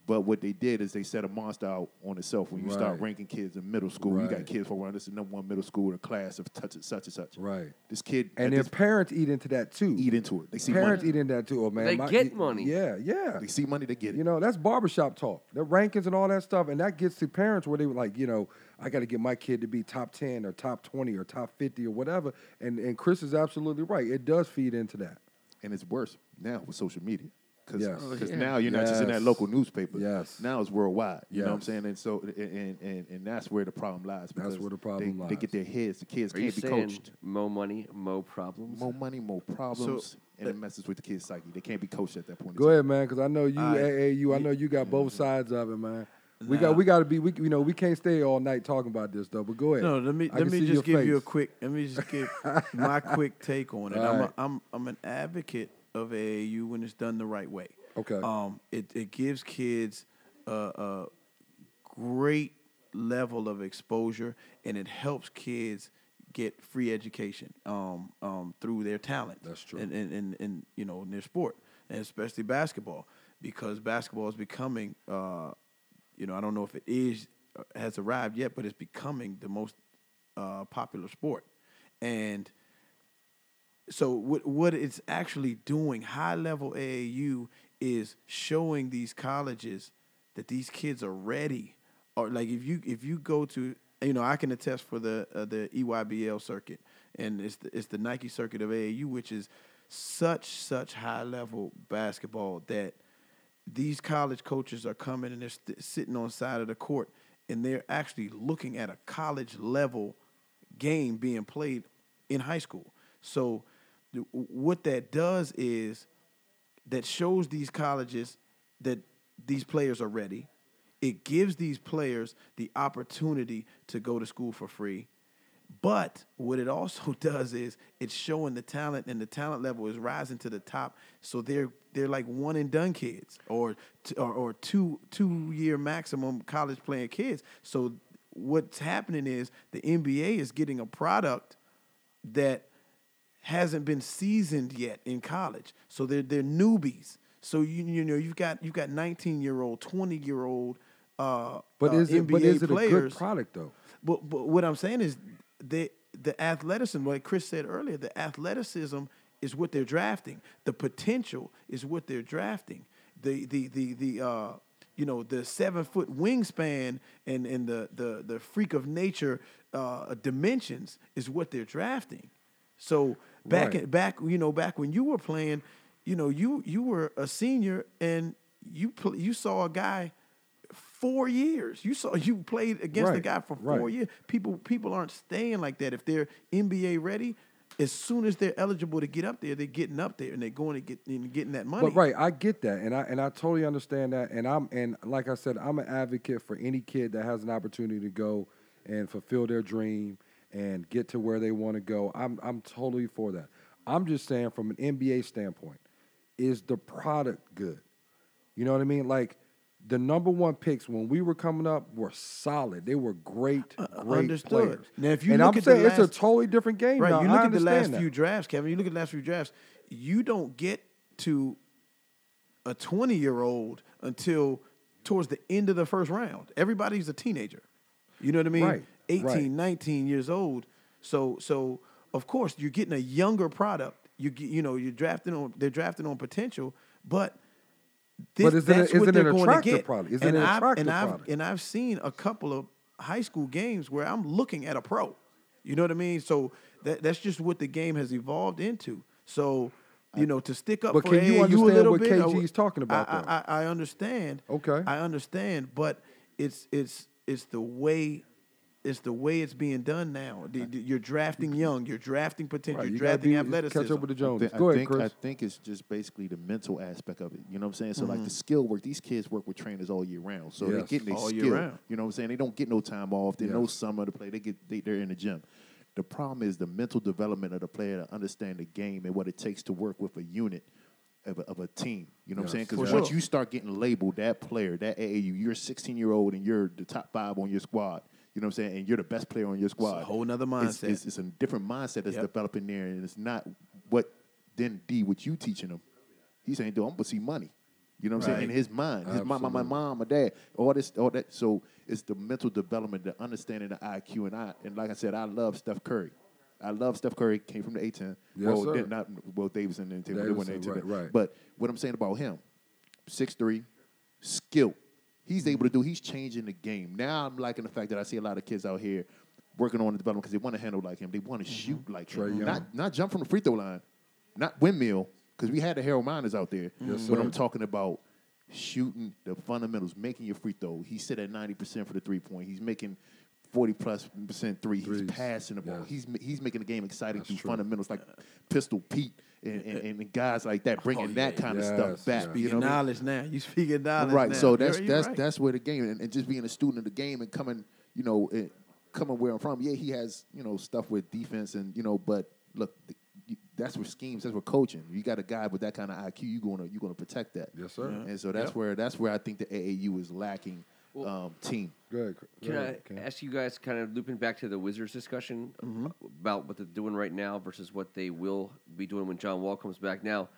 Speaker 3: But what they did is they set a monster out on itself. When you start
Speaker 5: Mm-hmm. Right.
Speaker 3: ranking kids in middle school, you
Speaker 5: Right.
Speaker 3: got kids from around this is number one middle school in a class of such and such and such.
Speaker 5: Right.
Speaker 3: This kid
Speaker 5: and
Speaker 3: and
Speaker 5: their
Speaker 3: this
Speaker 5: parents eat into that too.
Speaker 3: eat into it. They see
Speaker 5: parents
Speaker 3: money.
Speaker 5: eat into that too. Oh man,
Speaker 4: They
Speaker 5: my-
Speaker 4: get money.
Speaker 5: Yeah, yeah.
Speaker 3: They see money. They get it.
Speaker 5: You know, that's barbershop talk. The rankings and all that stuff. And that gets to parents where they were like, you know, I got to get my kid to be top 10 or top 20 or top 50 or whatever. And, and Chris is absolutely right. It does feed into that.
Speaker 3: and it's worse now with social media. Because
Speaker 5: Yes. Oh,
Speaker 4: yeah.
Speaker 3: now you're not just in that
Speaker 5: Yes.
Speaker 3: local newspaper.
Speaker 5: Yes.
Speaker 3: Now it's worldwide. You know what I'm
Speaker 5: Yes.
Speaker 3: saying? And so and and, and that's where the problem lies.
Speaker 5: That's
Speaker 3: because
Speaker 5: where the
Speaker 3: they,
Speaker 5: problem
Speaker 3: They
Speaker 5: lies.
Speaker 3: get their heads. The kids
Speaker 4: Are you
Speaker 3: can't be
Speaker 4: saying
Speaker 3: coached.
Speaker 4: mo money, mo problems?
Speaker 3: More money, more problems, and it messes with the kids' psyche. They can't be coached at that point. in
Speaker 5: Go ahead, man, because I know you
Speaker 1: All right.
Speaker 5: AAU. I know you got both sides of it, man. We got we got to be we you know we can't stay all night talking about this though. But go ahead.
Speaker 1: No, let me
Speaker 5: I
Speaker 1: let
Speaker 5: can
Speaker 1: me
Speaker 5: see
Speaker 1: just
Speaker 5: your
Speaker 1: give you a
Speaker 5: face.
Speaker 1: quick. Let me just give my quick take on it. I'm,
Speaker 5: Alright.
Speaker 1: a, I'm I'm an advocate of AAU when it's done the right way.
Speaker 5: Okay.
Speaker 1: Um, it it gives kids a, a great level of exposure, and it helps kids get free education um, um, through their talent.
Speaker 5: That's true.
Speaker 1: And and, and, and you know in their sport, and especially basketball, because basketball is becoming. Uh, you know, I don't know if it is uh, has arrived yet, but it's becoming the most uh, popular sport. And so what what it's actually doing, high level AAU is showing these colleges that these kids are ready. Or like if you if you go to you know I can attest for the uh, the EYBL circuit and it's the, it's the Nike circuit of AAU, which is such such high level basketball that these college coaches are coming and they're st- sitting on the side of the court and they're actually looking at a college level game being played in high school. So, th- what that does is that shows these colleges that these players are ready. It gives these players the opportunity to go to school for free. But what it also does is it's showing the talent, and the talent level is rising to the top. So they're they're like one and done kids, or t- or, or two two year maximum college playing kids. So what's happening is the NBA is getting a product that hasn't been seasoned yet in college. So they're they're newbies. So you you know you've got you've got nineteen year old, twenty year old. Uh,
Speaker 5: but
Speaker 1: uh,
Speaker 5: is it
Speaker 1: NBA
Speaker 5: but is it
Speaker 1: players.
Speaker 5: a good product though?
Speaker 1: But, but what I'm saying is the the athleticism, like Chris said earlier, the athleticism is what they're drafting. The potential is what they're drafting. The the the the uh, you know the seven foot wingspan and and the the the freak of nature uh, dimensions is what they're drafting. So back
Speaker 5: Right.
Speaker 1: back you know back when you were playing, you know you you were a senior and you pl- you saw a guy four years. You saw you played against the
Speaker 5: Right,
Speaker 1: guy for
Speaker 5: right.
Speaker 1: four years. People people aren't staying like that. If they're NBA ready, as soon as they're eligible to get up there, they're getting up there and they're going to get and getting that money.
Speaker 5: But right, I get that, and I and I totally understand that, and I'm and like I said, I'm an advocate for any kid that has an opportunity to go and fulfill their dream and get to where they want to go. I'm I'm totally for that. I'm just saying from an NBA standpoint, is the product good? You know what I mean? Like the number one picks when we were coming up were solid. They were great, great
Speaker 1: Uh, understood.
Speaker 5: players.
Speaker 1: Now, if you
Speaker 5: and
Speaker 1: look
Speaker 5: I'm
Speaker 1: at the
Speaker 5: saying it's
Speaker 1: last-
Speaker 5: a totally different game.
Speaker 1: Right.
Speaker 5: now.
Speaker 1: You
Speaker 5: I
Speaker 1: look at the last
Speaker 5: understand that.
Speaker 1: few drafts, Kevin. You look at the last few drafts. You don't get to a 20 year old until towards the end of the first round. Everybody's a teenager. You know what I mean?
Speaker 5: Right,
Speaker 1: 18,
Speaker 5: right.
Speaker 1: 19 years old. So so of course you're getting a younger product. You get, you know you're drafting on they're drafting on potential, but this,
Speaker 5: But is it a-
Speaker 1: that's
Speaker 5: is
Speaker 1: what
Speaker 5: it an
Speaker 1: they're going
Speaker 5: attractive
Speaker 1: to get.
Speaker 5: product? Is it
Speaker 1: and
Speaker 5: an
Speaker 1: I've,
Speaker 5: attractive
Speaker 1: and I've,
Speaker 5: product?
Speaker 1: And I've seen a couple of high school games where I'm looking at a pro. You know what I mean? So that, that's just what the game has evolved into. So you know to stick up
Speaker 5: But
Speaker 1: for
Speaker 5: can you
Speaker 1: AAU a
Speaker 5: understand
Speaker 1: little
Speaker 5: what
Speaker 1: bit, I
Speaker 5: KG
Speaker 1: would-
Speaker 5: is talking about,
Speaker 1: I,
Speaker 5: though?
Speaker 1: I, I understand.
Speaker 5: Okay.
Speaker 1: I understand, but it's it's it's the way it's the way it's being done now. The- the- You're drafting young, you're drafting potential,
Speaker 5: Right,
Speaker 1: you're
Speaker 5: you gotta
Speaker 1: drafting
Speaker 5: be-
Speaker 1: athleticism.
Speaker 5: Catch up with the
Speaker 3: I
Speaker 5: Jones.
Speaker 3: thi- I
Speaker 5: Go ahead,
Speaker 3: think,
Speaker 5: Chris.
Speaker 3: I think it's just basically the mental aspect of it. You know what I'm saying? So like the skill work, these kids work with trainers all year round. So they're
Speaker 5: Mm-hmm. Yes.
Speaker 3: getting their
Speaker 1: All
Speaker 3: skill.
Speaker 1: year round.
Speaker 3: You know what I'm saying? They don't get no time off. They no
Speaker 5: Yes.
Speaker 3: summer to play. They get they, they're in the gym. The problem is the mental development of the player to understand the game and what it takes to work with a unit of a, of a team. You know what I'm saying?
Speaker 5: Yes.
Speaker 3: Because
Speaker 1: For
Speaker 3: once
Speaker 1: sure.
Speaker 3: you start getting labeled that player, that AAU, you're a 16 year old and you're the top five on your squad. You know what I'm saying? And you're the best player on your squad.
Speaker 1: whole nother
Speaker 3: It's-
Speaker 1: mindset.
Speaker 3: it's- it's a different mindset that's
Speaker 1: Yep.
Speaker 3: developing there, and it's not what then D what you teaching him. He's saying, "Dude, I'm gonna see money." You know what I'm saying?
Speaker 1: Right.
Speaker 3: In his mind, his mom, my, my mom, my dad, all this, all that. So it's the mental development, the understanding, the IQ, and I. And like I said, I love Steph Curry. I love Steph Curry. Came from the A10.
Speaker 5: Yes,
Speaker 3: well,
Speaker 5: sir.
Speaker 3: did not well Davis and then they went
Speaker 5: Davidson,
Speaker 3: into
Speaker 5: right,
Speaker 3: that.
Speaker 5: right.
Speaker 3: But what I'm saying about him, six three, skill. He's able to do. He's changing the game. Now I'm liking the fact that I see a lot of kids out here working on the development because they want to handle like him. They want to shoot like him.
Speaker 5: Mm-hmm. Young.
Speaker 3: Not not jump from the free throw line, not windmill, because we had the Harold Miners out there.
Speaker 5: Yes,
Speaker 3: but
Speaker 5: sir.
Speaker 3: I'm talking about shooting the fundamentals, making your free throw. He's sit at 90% for the three point. He's making 40 plus percent three.
Speaker 5: Threes.
Speaker 3: He's passing the ball.
Speaker 5: Yeah.
Speaker 3: He's ma- he's making the game exciting
Speaker 5: That's
Speaker 3: through
Speaker 5: true.
Speaker 3: fundamentals like Pistol Pete and, and, and guys like that, bringing that
Speaker 1: yeah.
Speaker 3: kind of
Speaker 5: Oh, Yes,
Speaker 3: stuff back. You
Speaker 5: yeah.
Speaker 1: Speaking
Speaker 3: know what I mean?
Speaker 1: knowledge now. You speaking knowledge
Speaker 3: right.
Speaker 1: now.
Speaker 3: So that's
Speaker 1: You're- you're
Speaker 3: that's
Speaker 1: right.
Speaker 3: that's where the game and, and just being a student of the game and coming, you know, it, coming where I'm from. Yeah, he has you know stuff with defense and you know, but look, the, you, that's where schemes. That's where coaching. You got a guy with that kind of IQ. You gonna you gonna protect that.
Speaker 5: Yes, sir. Yeah.
Speaker 3: And so that's where that's where I think the AAU is lacking.
Speaker 4: Well-
Speaker 3: um, team.
Speaker 5: Go ahead. Cr-
Speaker 4: Can
Speaker 5: go
Speaker 4: I
Speaker 5: ahead, Ken.
Speaker 4: ask you guys, kind of looping back to the Wizards discussion about what they're doing right now versus what they will be doing when John Wall comes back? Now,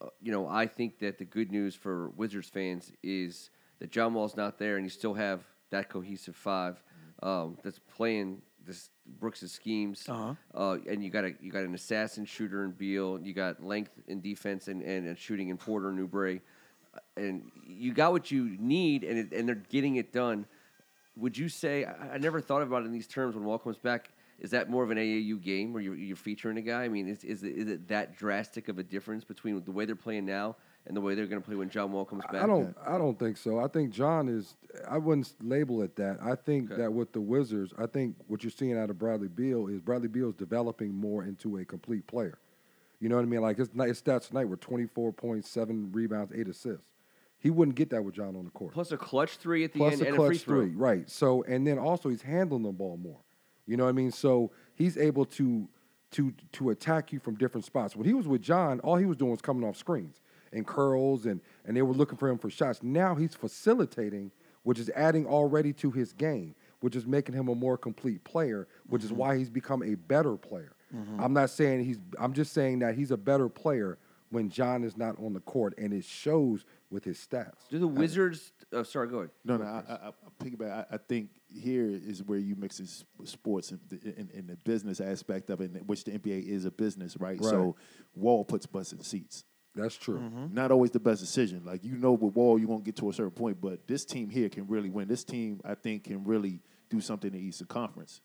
Speaker 4: uh, you know, I think that the good news for Wizards fans is that John Wall's not there, and you still have that cohesive five um, that's playing this Brooks' schemes,
Speaker 1: Uh-huh.
Speaker 4: Uh, and you got a you got an assassin shooter in Beal, you got length in defense and and, and shooting in Porter and Oubre, Uh, and you got what you need, and it, and they're getting it done. Would you say I, I never thought about it in these terms when Wall comes back? Is that more of an AAU game where you're, you're featuring a guy? I mean, is is it, is it that drastic of a difference between the way they're playing now and the way they're going to play when John Wall comes back?
Speaker 5: I don't. I don't think so. I think John is. I wouldn't label it that. I think
Speaker 4: Okay.
Speaker 5: that with the Wizards, I think what you're seeing out of Bradley Beal is Bradley Beal is developing more into a complete player. You know what I mean? Like his, ni- his stats tonight were 24 points, seven rebounds, eight assists. He wouldn't get that with John on the court.
Speaker 4: Plus a clutch three at the
Speaker 5: Plus
Speaker 4: end
Speaker 5: a
Speaker 4: and
Speaker 5: clutch
Speaker 4: a free throw.
Speaker 5: three, right? So, and then also he's handling the ball more. You know what I mean? So he's able to to to attack you from different spots. When he was with John, all he was doing was coming off screens and curls, and and they were looking for him for shots. Now he's facilitating, which is adding already to his game, which is making him a more complete player, which
Speaker 4: Mm-hmm.
Speaker 5: is why he's become a better player. I'm not saying he's. I'm just saying that he's a better player when John is not on the court, and it shows with his stats.
Speaker 4: Do the Wizards? Oh, sorry, go ahead.
Speaker 3: No, no, I, I, I piggyback. I, I think here is where you mix is sports and the, and, and the business aspect of it, in which the NBA is a business, right? So Wall puts butts in seats.
Speaker 5: That's true.
Speaker 4: Mm-hmm.
Speaker 3: Not always the best decision. Like you know, with Wall, you're gonna get to a certain point, but this team here can really win. This team, I think, can really do something in the Eastern Conference.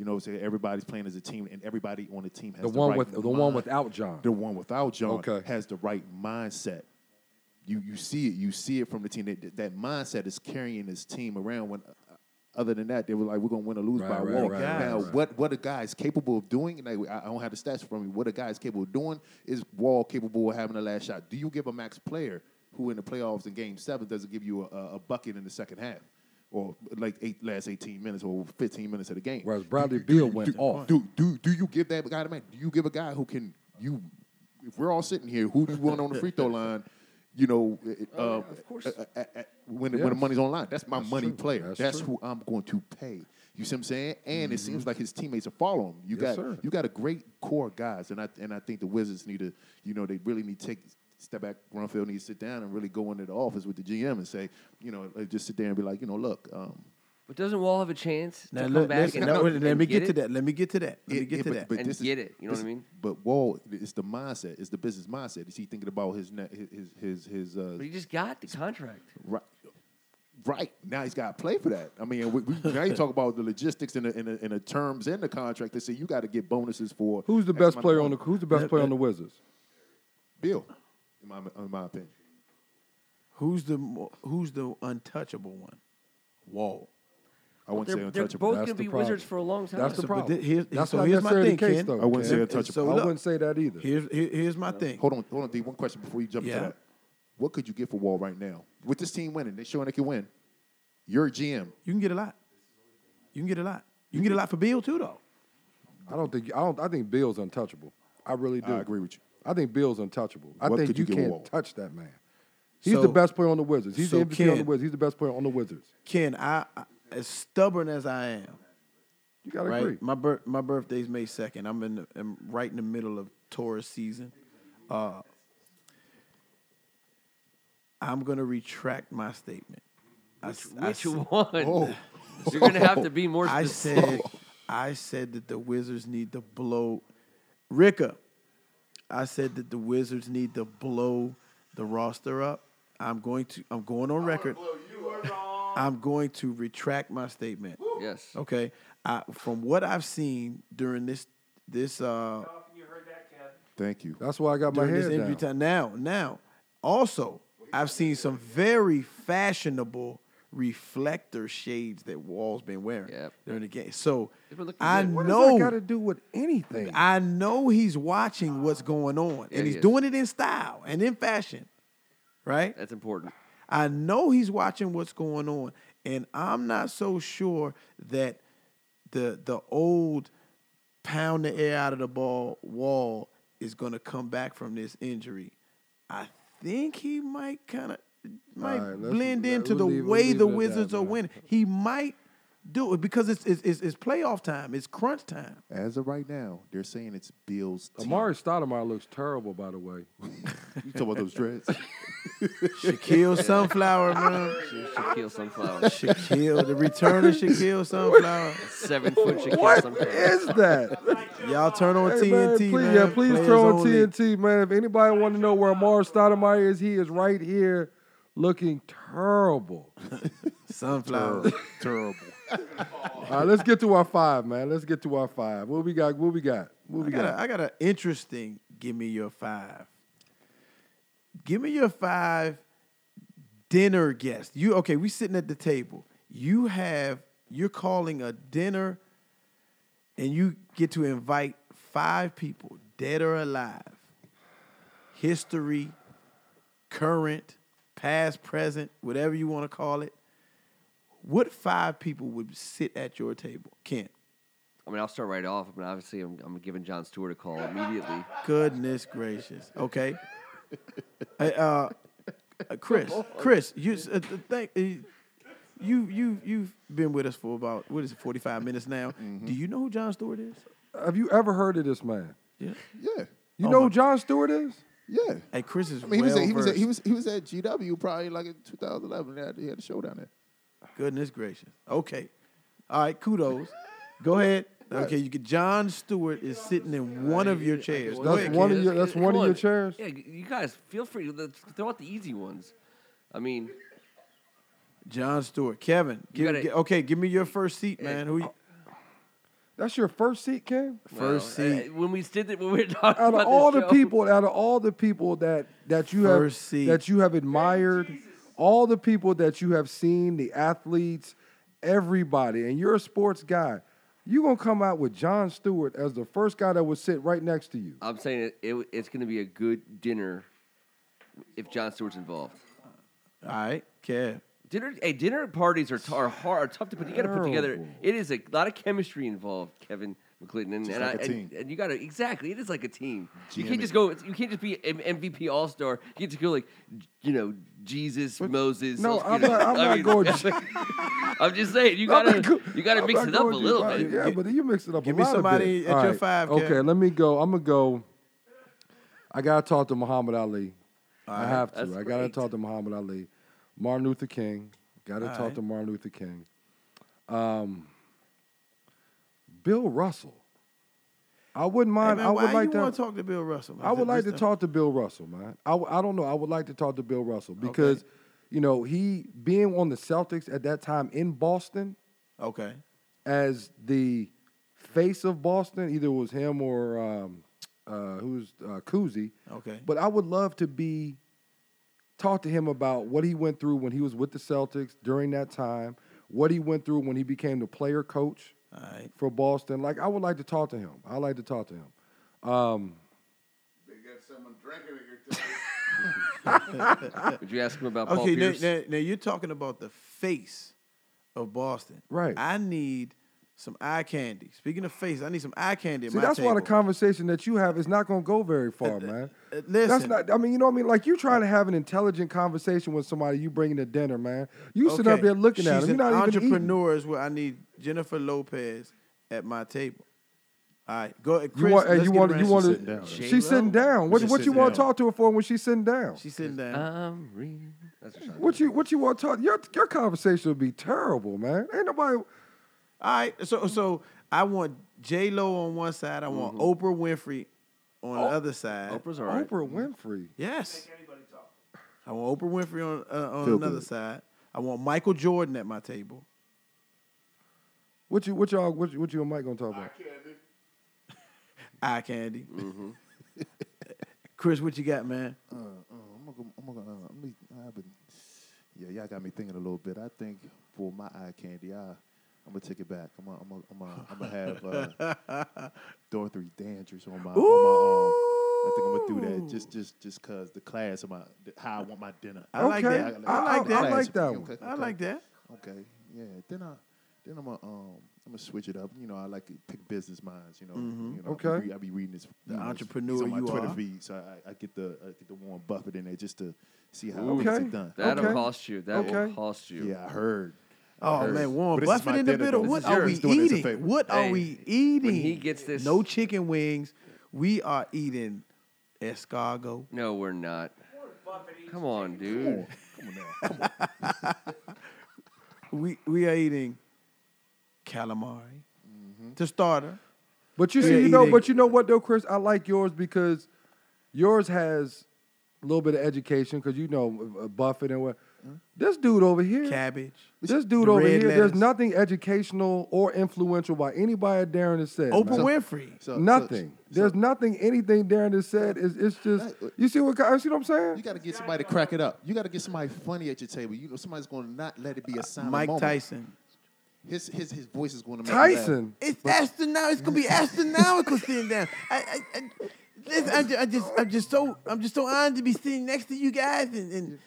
Speaker 3: You know, what I'm saying everybody's playing as a team, and everybody on the team has
Speaker 5: The
Speaker 3: the,
Speaker 5: one
Speaker 3: right
Speaker 5: with- the one
Speaker 3: mind.
Speaker 5: without John.
Speaker 3: The one without John
Speaker 5: Okay.
Speaker 3: has the right mindset. You you see it. You see it from the team. That, that mindset is carrying this team around. When uh, other than that, they were like, "We're gonna win or lose
Speaker 5: Right,
Speaker 3: by
Speaker 5: right,
Speaker 3: a walk."
Speaker 5: right,
Speaker 1: right,
Speaker 3: now,
Speaker 5: right.
Speaker 3: what what a guy is capable of doing? And I, I don't have the stats from me. What a guy is capable of doing is Wall capable of having the last shot. Do you give a max player who in the playoffs in Game Seven doesn't give you a, a bucket in the second half? Or like eight last eighteen minutes or fifteen minutes of the game.
Speaker 5: Whereas Bradley Beal went
Speaker 3: do, oh,
Speaker 5: off.
Speaker 3: Do, do do you give that guy the man? Do you give a guy who can you? If we're all sitting here, who do you want on the free throw line? You know, it- uh,
Speaker 4: Oh, yeah, of course.
Speaker 3: uh, uh, uh, when
Speaker 5: Yeah.
Speaker 3: when the money's on the line, that's my money
Speaker 5: true.
Speaker 3: player.
Speaker 5: That's
Speaker 3: That's,
Speaker 5: true. Mm-hmm.
Speaker 3: who I'm going to pay. You see what I'm saying? And it seems like his teammates are following him. You
Speaker 5: Yes,
Speaker 3: got
Speaker 5: sir.
Speaker 3: you got a great core of guys, and I and I think the Wizards need to, you know, they really need to take step back. Grunfeld needs to sit down and really go into the office with the GM and say, you know, like, just sit there and be like, you know, look, um,
Speaker 4: But doesn't Wall have a chance
Speaker 1: Now,
Speaker 4: to
Speaker 1: look,
Speaker 4: come back
Speaker 1: listen,
Speaker 4: and,
Speaker 1: now,
Speaker 4: and
Speaker 1: let me get,
Speaker 4: it?
Speaker 1: to that. Let me get to that. Let me
Speaker 3: Yeah,
Speaker 1: get
Speaker 3: yeah,
Speaker 1: to
Speaker 3: but-
Speaker 1: that.
Speaker 3: but
Speaker 4: And
Speaker 3: this
Speaker 4: get it, you know what
Speaker 3: this-
Speaker 4: I mean?
Speaker 3: But Wall, it's the mindset. It's the business mindset. Is he thinking about his ne- his his his uh,
Speaker 4: But he just got the contract.
Speaker 3: right? Right now, he's got to play for that. I mean, we, we, now you talk about the logistics and the, and, the, and the terms in the contract. They say you got to get bonuses for
Speaker 5: Who's the
Speaker 3: X
Speaker 5: best
Speaker 3: amount of
Speaker 5: player on the
Speaker 3: money.
Speaker 5: Who's the best player on the Wizards?
Speaker 3: Bill? In my, in my opinion,
Speaker 1: Who's the mo- who's the untouchable one? Wall.
Speaker 3: I wouldn't say
Speaker 4: They're, they're
Speaker 3: untouchable.
Speaker 4: both
Speaker 5: That's
Speaker 4: going to be
Speaker 5: the
Speaker 4: Wizards
Speaker 5: problem.
Speaker 4: for a long time.
Speaker 5: That's the
Speaker 1: So, but
Speaker 5: problem.
Speaker 1: thi- here's-
Speaker 5: That's
Speaker 1: so
Speaker 5: not
Speaker 1: here's my
Speaker 5: necessarily
Speaker 1: thing,
Speaker 5: the case,
Speaker 1: Ken.
Speaker 5: though.
Speaker 3: I wouldn't
Speaker 5: Ken.
Speaker 3: say
Speaker 1: And-
Speaker 3: a
Speaker 1: and
Speaker 3: touchable.
Speaker 1: so
Speaker 5: I
Speaker 1: look,
Speaker 5: wouldn't say that either.
Speaker 1: Here's here- here's my thing.
Speaker 3: hold on, hold on, D. One question before you jump
Speaker 1: Yeah.
Speaker 3: to that. What could you get for Wall right now with this team winning? They showing they can win. You're a GM.
Speaker 1: You can get a lot. You can get a lot. You can get a lot for Bill too, though.
Speaker 5: I don't think I don't I think Bill's untouchable. I really do.
Speaker 3: I agree with you.
Speaker 5: I think Bill's untouchable. I
Speaker 3: What
Speaker 5: think
Speaker 3: could
Speaker 5: you
Speaker 3: you give
Speaker 5: can't
Speaker 3: Wall?
Speaker 5: touch that man. He's
Speaker 1: So-
Speaker 5: the best player on the Wizards. He's
Speaker 1: so
Speaker 5: the MVP on the
Speaker 1: Ken-
Speaker 5: Wizards. He's the best player on the Wizards.
Speaker 1: Ken, I, I as stubborn as I am,
Speaker 5: You gotta
Speaker 1: right?
Speaker 5: agree.
Speaker 1: My birth, my birthday's May second. I'm in, the, I'm right in the middle of Taurus season. Uh, I'm gonna retract my statement. I s- I
Speaker 4: Which
Speaker 1: s-
Speaker 4: one? You're going to have to be more
Speaker 1: I
Speaker 4: specific.
Speaker 1: said, I said that the Wizards need to blow, Ricka. I said that the Wizards need to blow the roster up. I'm going to. I'm going on record. I'm going to retract my statement.
Speaker 4: yes.
Speaker 1: Okay. I, from what I've seen during this this uh,
Speaker 3: Thank you.
Speaker 5: That's why I got my
Speaker 1: during this
Speaker 5: head
Speaker 1: injury
Speaker 5: down.
Speaker 1: time. Now, now, also, I've seen some very fashionable reflector shades that Wall's been wearing
Speaker 4: Yep.
Speaker 1: during the game. So
Speaker 4: They've been looking
Speaker 1: I
Speaker 4: good.
Speaker 5: What
Speaker 1: know
Speaker 5: does that got to do with anything?
Speaker 1: I know he's watching what's going on,
Speaker 4: Yeah,
Speaker 1: and
Speaker 4: he
Speaker 1: he's
Speaker 4: is.
Speaker 1: doing it in style and in fashion, right?
Speaker 4: That's important.
Speaker 1: I know he's watching what's going on, and I'm not so sure that the the old pound the air out of the ball wall is going to come back from this injury. I think he might kind of might
Speaker 5: All right, let's-
Speaker 1: blend
Speaker 5: let-
Speaker 1: into
Speaker 5: we'll
Speaker 1: the
Speaker 5: leave- we'll
Speaker 1: way
Speaker 5: leave
Speaker 1: the
Speaker 5: it at
Speaker 1: Wizards
Speaker 5: that,
Speaker 1: are
Speaker 5: man.
Speaker 1: winning. He might do it because it's it's, it's it's playoff time. It's crunch time.
Speaker 3: As of right now, they're saying it's Bills. team.
Speaker 5: Amari Stoudemire looks terrible, by the way.
Speaker 3: you talking about those dreads?
Speaker 1: Shaquille Sunflower, man.
Speaker 4: Shaquille Sunflower.
Speaker 1: Shaquille, the return of Shaquille Sunflower.
Speaker 4: Seven foot Shaquille
Speaker 5: What
Speaker 4: Sunflower.
Speaker 5: is that?
Speaker 1: Y'all turn on TNT,
Speaker 5: Hey, man,
Speaker 1: man.
Speaker 5: please, yeah, please
Speaker 1: Players
Speaker 5: throw on
Speaker 1: only.
Speaker 5: TNT, man. If anybody want to know where Amari Stoudemire is, he is right here, looking terrible.
Speaker 1: Sunflower.
Speaker 3: Terrible.
Speaker 5: All right, let's get to our five, man. Let's get to our five. What we got? What we got? What
Speaker 1: I
Speaker 5: we
Speaker 1: got,
Speaker 5: got?
Speaker 1: a, I got an interesting give me your five. Give me your five dinner guests. You okay, we sitting at the table. You have you're calling a dinner and you get to invite five people, dead or alive. History, current, past, present, whatever you want to call it. What five people would sit at your table? Ken.
Speaker 4: I mean, I'll start right off. I mean, obviously, I'm, I'm giving John Stewart a call immediately.
Speaker 1: Goodness gracious. Okay. Hey, uh, uh, Chris, Chris, you s- uh, th- thank uh, you you you've been with us for about what is it, forty five minutes now.
Speaker 3: Mm-hmm.
Speaker 1: Do you know who John Stewart is?
Speaker 5: Have you ever heard of this man?
Speaker 1: Yeah.
Speaker 3: Yeah,
Speaker 5: You
Speaker 1: Oh
Speaker 5: know
Speaker 1: my-
Speaker 5: who John Stewart is?
Speaker 3: yeah.
Speaker 1: Hey, Chris is
Speaker 3: I mean, he was, at, he, was at, he
Speaker 1: well-versed.
Speaker 3: was he was at GW probably like in 2011. They had, he had a show down there.
Speaker 1: Goodness gracious. Okay. All right. Kudos. Go ahead. Okay. You get John Stewart is sitting in one of your chairs. Go
Speaker 5: That's
Speaker 1: ahead,
Speaker 5: one
Speaker 1: Ken.
Speaker 5: of your- that's
Speaker 4: Come
Speaker 5: one of your
Speaker 4: on.
Speaker 5: chairs?
Speaker 4: Yeah, you guys feel free to throw out the easy ones. I mean,
Speaker 1: John Stewart. Kevin.
Speaker 4: You
Speaker 1: Give,
Speaker 4: gotta-
Speaker 1: gi- okay. Give me your first seat, man. Who? You,
Speaker 5: That's your first seat, Ken.
Speaker 1: first
Speaker 4: well,
Speaker 1: seat.
Speaker 4: uh, when we did it, when we were talking
Speaker 5: Out
Speaker 4: about
Speaker 5: of all
Speaker 4: this
Speaker 5: the
Speaker 4: show,
Speaker 5: people, out of all the people that that you have
Speaker 1: First seat.
Speaker 5: that you have admired, all the people that you have seen, the athletes, everybody, and you're a sports guy. You gonna come out with John Stewart as the first guy that would sit right next to you.
Speaker 4: I'm saying it, it, it's going to be a good dinner if John Stewart's involved.
Speaker 1: All right. Kev.
Speaker 4: Dinner, hey, dinner parties are, t- are hard, are tough to put. You got to put together.
Speaker 5: Terrible.
Speaker 4: It is a lot of chemistry involved, Kevin McClinton, and,
Speaker 3: Just
Speaker 4: and,
Speaker 3: like
Speaker 4: I-
Speaker 3: a
Speaker 4: and-
Speaker 3: team.
Speaker 4: and you got to exactly. It is like a team. You
Speaker 3: GM
Speaker 4: can't
Speaker 3: it.
Speaker 4: just go. You can't just be M- MVP All Star. You can't just go like, you know, Jesus, Moses.
Speaker 5: No,
Speaker 4: you
Speaker 5: I'm
Speaker 4: know,
Speaker 5: not. I'm
Speaker 4: I
Speaker 5: not
Speaker 4: mean,
Speaker 5: going.
Speaker 4: I'm just saying you
Speaker 5: I'm
Speaker 4: gotta
Speaker 5: not go-
Speaker 4: you gotta
Speaker 5: I'm
Speaker 4: mix
Speaker 5: not
Speaker 4: it up a
Speaker 5: going
Speaker 4: little
Speaker 5: Dubai.
Speaker 4: bit.
Speaker 5: Yeah, but you mix it up.
Speaker 1: Give
Speaker 5: a
Speaker 1: me
Speaker 5: lot a
Speaker 1: somebody
Speaker 5: bit.
Speaker 1: at your
Speaker 5: Alright,
Speaker 1: five, Kev.
Speaker 5: Okay, let me go. I'm gonna go. I gotta talk to Muhammad Ali. I have to.
Speaker 4: that's
Speaker 5: I gotta
Speaker 4: great.
Speaker 5: talk to Muhammad Ali. Martin Luther King. Gotta talk
Speaker 1: Alright.
Speaker 5: to Martin Luther King. Um, Bill Russell. I wouldn't
Speaker 1: Hey,
Speaker 5: mind.
Speaker 1: man,
Speaker 5: I
Speaker 1: why
Speaker 5: would like
Speaker 1: you want
Speaker 5: to.
Speaker 1: to talk to Bill Russell? man?
Speaker 5: I would like to
Speaker 1: This-
Speaker 5: talk to Bill Russell, man. I, w- I don't know. I would like to talk to Bill Russell because, you know, he being on the Celtics at that time in Boston,
Speaker 1: Okay.
Speaker 5: as the face of Boston. Either it was him or um, uh, who's uh, Kuzi.
Speaker 1: Okay.
Speaker 5: But I would love to be talk to him about what he went through when he was with the Celtics during that time. What he went through when he became the player coach
Speaker 1: All right.
Speaker 5: for Boston. Like I would like to talk to him. I like to talk to him. Um,
Speaker 9: They got someone drinking at your table.
Speaker 4: Would you ask him about Paul
Speaker 1: Okay. Now,
Speaker 4: Pierce?
Speaker 1: now, now you're talking about the face of Boston.
Speaker 5: Right.
Speaker 1: I need some eye candy. Speaking of face, I need some eye candy. at
Speaker 5: see,
Speaker 1: my
Speaker 5: that's why the
Speaker 1: table.
Speaker 5: conversation that you have is not going to go very far, man.
Speaker 1: Uh, Listen.
Speaker 5: That's not. I mean, you know what I mean. Like you're trying to have an intelligent conversation with somebody you bringing to dinner, man. You sit up
Speaker 1: okay.
Speaker 5: there looking at
Speaker 1: She's
Speaker 5: them. You're
Speaker 1: an
Speaker 5: not even eating.
Speaker 1: entrepreneur is where I need Jennifer Lopez at my table. All right. Go ahead.
Speaker 5: You
Speaker 1: Chris,
Speaker 5: want?
Speaker 1: let's
Speaker 5: and you
Speaker 1: get
Speaker 5: want?
Speaker 1: around-
Speaker 5: You
Speaker 1: She's
Speaker 5: want
Speaker 1: sitting-
Speaker 5: to?
Speaker 4: sitting-
Speaker 5: She's sitting down. What?
Speaker 3: She's
Speaker 5: What you
Speaker 3: sitting
Speaker 5: want to
Speaker 3: down.
Speaker 5: talk to her for when she's sitting down?
Speaker 1: She's sitting down.
Speaker 4: Uh, I'm reading. That's what I'm
Speaker 5: What you? What you want to talk? Your your conversation would be terrible, man. Ain't nobody.
Speaker 1: All right, so so I want J Lo on one side, I want
Speaker 3: Mm-hmm.
Speaker 1: Oprah Winfrey on
Speaker 3: Oh,
Speaker 1: the other side.
Speaker 4: Oprah's all right.
Speaker 5: Oprah Winfrey.
Speaker 1: Yes, I want Oprah Winfrey on uh, on
Speaker 3: Feel
Speaker 1: another
Speaker 3: good.
Speaker 1: side. I want Michael Jordan at my table.
Speaker 5: What you? What y'all? What, you- what you and Mike gonna talk
Speaker 9: I
Speaker 5: about?
Speaker 3: Mm-hmm.
Speaker 9: can't do
Speaker 1: Eye candy. Chris, what you got, man?
Speaker 3: Uh, uh, I'm gonna, go- I'm gonna, go, uh, I'm gonna, I've been, yeah, y'all got me thinking a little bit. I think for my eye candy, I, I'm gonna take it back. I'm gonna, I'm gonna, I'm gonna, I'm gonna have uh, Dorothy Dandridge on my, on my arm. I think I'm gonna do that just, just, just cause the class of my, the- how I want my dinner.
Speaker 1: I like
Speaker 5: Okay.
Speaker 1: that.
Speaker 5: I
Speaker 1: I like that.
Speaker 5: I like that one.
Speaker 3: Okay,
Speaker 1: I
Speaker 3: okay.
Speaker 1: like that.
Speaker 3: Okay, yeah. Then I, then I'm gonna, um, I'm gonna switch it up. You know, I like to pick business minds. You know, you know, I
Speaker 5: Okay.
Speaker 3: be, re- I be reading this.
Speaker 1: Mm-hmm. The
Speaker 3: you know, it's-
Speaker 1: entrepreneur
Speaker 3: it's on my
Speaker 1: you
Speaker 3: Twitter
Speaker 1: are.
Speaker 3: feed, so I, I get the, I get the Warren Buffett in there just to see how
Speaker 5: Ooh.
Speaker 3: things are
Speaker 5: Okay.
Speaker 3: done.
Speaker 4: That'll
Speaker 5: Okay.
Speaker 4: cost you. That will
Speaker 5: Okay.
Speaker 4: cost you.
Speaker 3: Yeah, I heard.
Speaker 1: Oh
Speaker 4: Hers.
Speaker 1: man, Warren
Speaker 3: But this is
Speaker 1: Buffett
Speaker 3: my
Speaker 1: in the
Speaker 3: dinner,
Speaker 1: middle.
Speaker 3: though. This
Speaker 1: What
Speaker 3: is
Speaker 1: are we
Speaker 3: yours. Doing us a
Speaker 1: eating?
Speaker 3: favor.
Speaker 1: What are
Speaker 4: Hey,
Speaker 1: we eating?
Speaker 4: when he gets this-
Speaker 1: no chicken wings. We are eating escargot.
Speaker 4: No, we're not. Come on, dude.
Speaker 3: Come on now. Come
Speaker 1: We we are eating calamari
Speaker 5: Mm-hmm.
Speaker 1: to uh, starter.
Speaker 5: But you
Speaker 1: Yeah,
Speaker 5: see, you know,
Speaker 1: eating.
Speaker 5: but you know what though, Chris, I like yours because yours has a little bit of education because you know uh, Buffett and what. This dude over here,
Speaker 1: Cabbage.
Speaker 5: this dude
Speaker 1: the
Speaker 5: over
Speaker 1: red
Speaker 5: here, there's
Speaker 1: lettuce.
Speaker 5: nothing educational or influential by anybody that Darren has said.
Speaker 1: Oprah
Speaker 5: man.
Speaker 1: Winfrey.
Speaker 3: So- so-
Speaker 5: nothing.
Speaker 3: so-
Speaker 5: there's nothing. Anything Darren has said is it's just.
Speaker 3: That-
Speaker 5: You see what I see? What I'm
Speaker 3: You
Speaker 5: saying?
Speaker 3: got to get somebody to crack it up. You got to get somebody funny at your table. You know, somebody's going to not let it be a silent
Speaker 1: Uh, Mike
Speaker 3: moment.
Speaker 1: Tyson.
Speaker 3: His his his voice is going to make you laugh.
Speaker 5: Tyson.
Speaker 1: It's astronomical. It's gonna be astronomical sitting down. I, I, I, listen, I'm, just, I'm just, I'm just so, I'm just so honored to be sitting next to you guys, and, and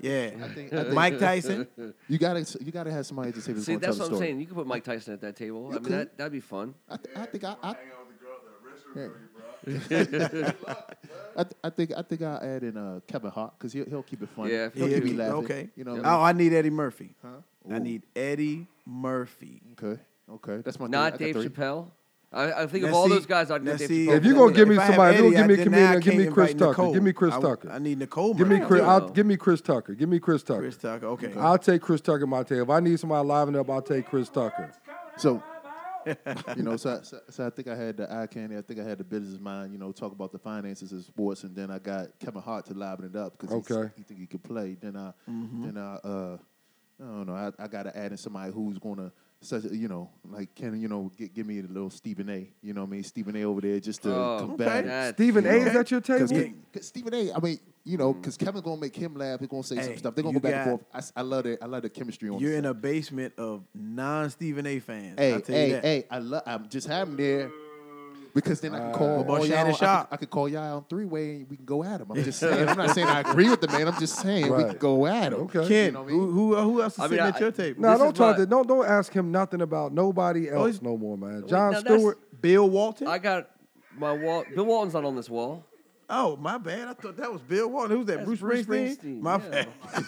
Speaker 1: yeah,
Speaker 3: think- I think-
Speaker 1: Mike Tyson.
Speaker 3: You got to you got to have somebody at your table. that's
Speaker 4: See,
Speaker 3: gonna
Speaker 4: that's
Speaker 3: tell
Speaker 4: what
Speaker 3: the
Speaker 4: I'm
Speaker 3: story.
Speaker 4: saying. You could put Mike Tyson at that table. I mean,
Speaker 3: could.
Speaker 4: that, that'd be fun.
Speaker 3: I, th- I think I I,
Speaker 9: Hang out with the girl, the restaurant girl you brought.
Speaker 3: I, th- I think I think I add in uh, Kevin Hart because he'll he'll keep it funny.
Speaker 4: Yeah, if
Speaker 3: he'll
Speaker 4: he
Speaker 3: keep
Speaker 4: do.
Speaker 3: you laughing.
Speaker 1: Okay.
Speaker 3: you know.
Speaker 1: oh,
Speaker 3: What I
Speaker 1: I need Eddie Murphy.
Speaker 3: mean?
Speaker 1: I need Eddie Murphy.
Speaker 3: Okay, okay, that's my.
Speaker 4: Not
Speaker 3: three. I
Speaker 4: Dave
Speaker 3: got three.
Speaker 4: Chappelle. I, I think of
Speaker 1: Now
Speaker 4: all
Speaker 1: see-
Speaker 4: those guys, I'd
Speaker 1: now
Speaker 4: get Dave
Speaker 1: see,
Speaker 4: Chappelle.
Speaker 5: If you gonna
Speaker 4: Yeah.
Speaker 5: give me
Speaker 1: I have
Speaker 5: somebody, don't give me
Speaker 1: then now I
Speaker 5: comedian, give
Speaker 1: can't
Speaker 5: me Chris
Speaker 1: invite
Speaker 5: Tucker. Give me Chris
Speaker 1: I w-
Speaker 5: Tucker.
Speaker 1: I need Nicole.
Speaker 5: Give me
Speaker 1: Murphy.
Speaker 5: Chris.
Speaker 4: too.
Speaker 5: I'll, give me Chris Tucker. Give me Chris Tucker.
Speaker 1: Chris Tucker. Okay.
Speaker 5: I'll take Chris Tucker. My tail. If I need somebody liven up, I'll take Chris Tucker.
Speaker 3: So, you know, so, I- so so I think I had the eye candy. I think I had the business mind. You know, talk about the finances of sports, and then I got Kevin Hart to liven it up because
Speaker 5: Okay.
Speaker 3: he think he could play. Then I,
Speaker 1: Mm-hmm.
Speaker 3: then I, uh, I don't know. I, I got to add in somebody who's gonna such a, you know, like can you know get, give me the little Stephen A. You know what I mean? Stephen A. over there just to
Speaker 4: Oh,
Speaker 3: combat.
Speaker 1: okay.
Speaker 3: it.
Speaker 4: that's-
Speaker 5: Stephen
Speaker 4: you
Speaker 5: A.
Speaker 4: know,
Speaker 5: is at your table.
Speaker 3: Cause, cause Stephen A. I mean, you know, because Kevin gonna make him laugh. He's gonna say
Speaker 1: Hey,
Speaker 3: some stuff. They're gonna
Speaker 1: you
Speaker 3: go back and
Speaker 1: got-
Speaker 3: forth. I s- I, love it. I love the chemistry on.
Speaker 1: You're
Speaker 3: the
Speaker 1: in
Speaker 3: set.
Speaker 1: a basement of non Stephen A. fans.
Speaker 3: Hey,
Speaker 1: I'll tell you
Speaker 3: hey,
Speaker 1: that.
Speaker 3: hey! I love. I'm just having there because then I can call
Speaker 1: about
Speaker 3: all y'all.
Speaker 1: Shannon
Speaker 3: I
Speaker 1: Sharp?
Speaker 3: could, I could call y'all on three way and we can go at him. I'm just saying. I'm not saying I agree with the man. I'm just saying we
Speaker 5: Right.
Speaker 3: can go at him.
Speaker 5: Okay.
Speaker 1: Ken,
Speaker 3: you know what I
Speaker 1: who,
Speaker 3: mean?
Speaker 1: who who else is
Speaker 4: I mean,
Speaker 1: sitting
Speaker 4: I-
Speaker 1: at your table?
Speaker 5: No,
Speaker 4: This
Speaker 5: don't
Speaker 4: is
Speaker 5: talk
Speaker 4: my-
Speaker 5: to don't don't ask him nothing about nobody
Speaker 3: Oh,
Speaker 5: else
Speaker 1: he's-
Speaker 5: no more, man.
Speaker 4: Oh, Wait,
Speaker 5: John
Speaker 4: now that's-
Speaker 5: Stewart.
Speaker 1: Bill Walton.
Speaker 4: I got my wall. Bill Walton's not on this wall.
Speaker 1: oh, my bad. I thought that was Bill Walton. Who's that?
Speaker 4: That's
Speaker 1: Bruce,
Speaker 4: Bruce
Speaker 1: Springsteen.
Speaker 4: Springsteen,
Speaker 1: My
Speaker 4: yeah.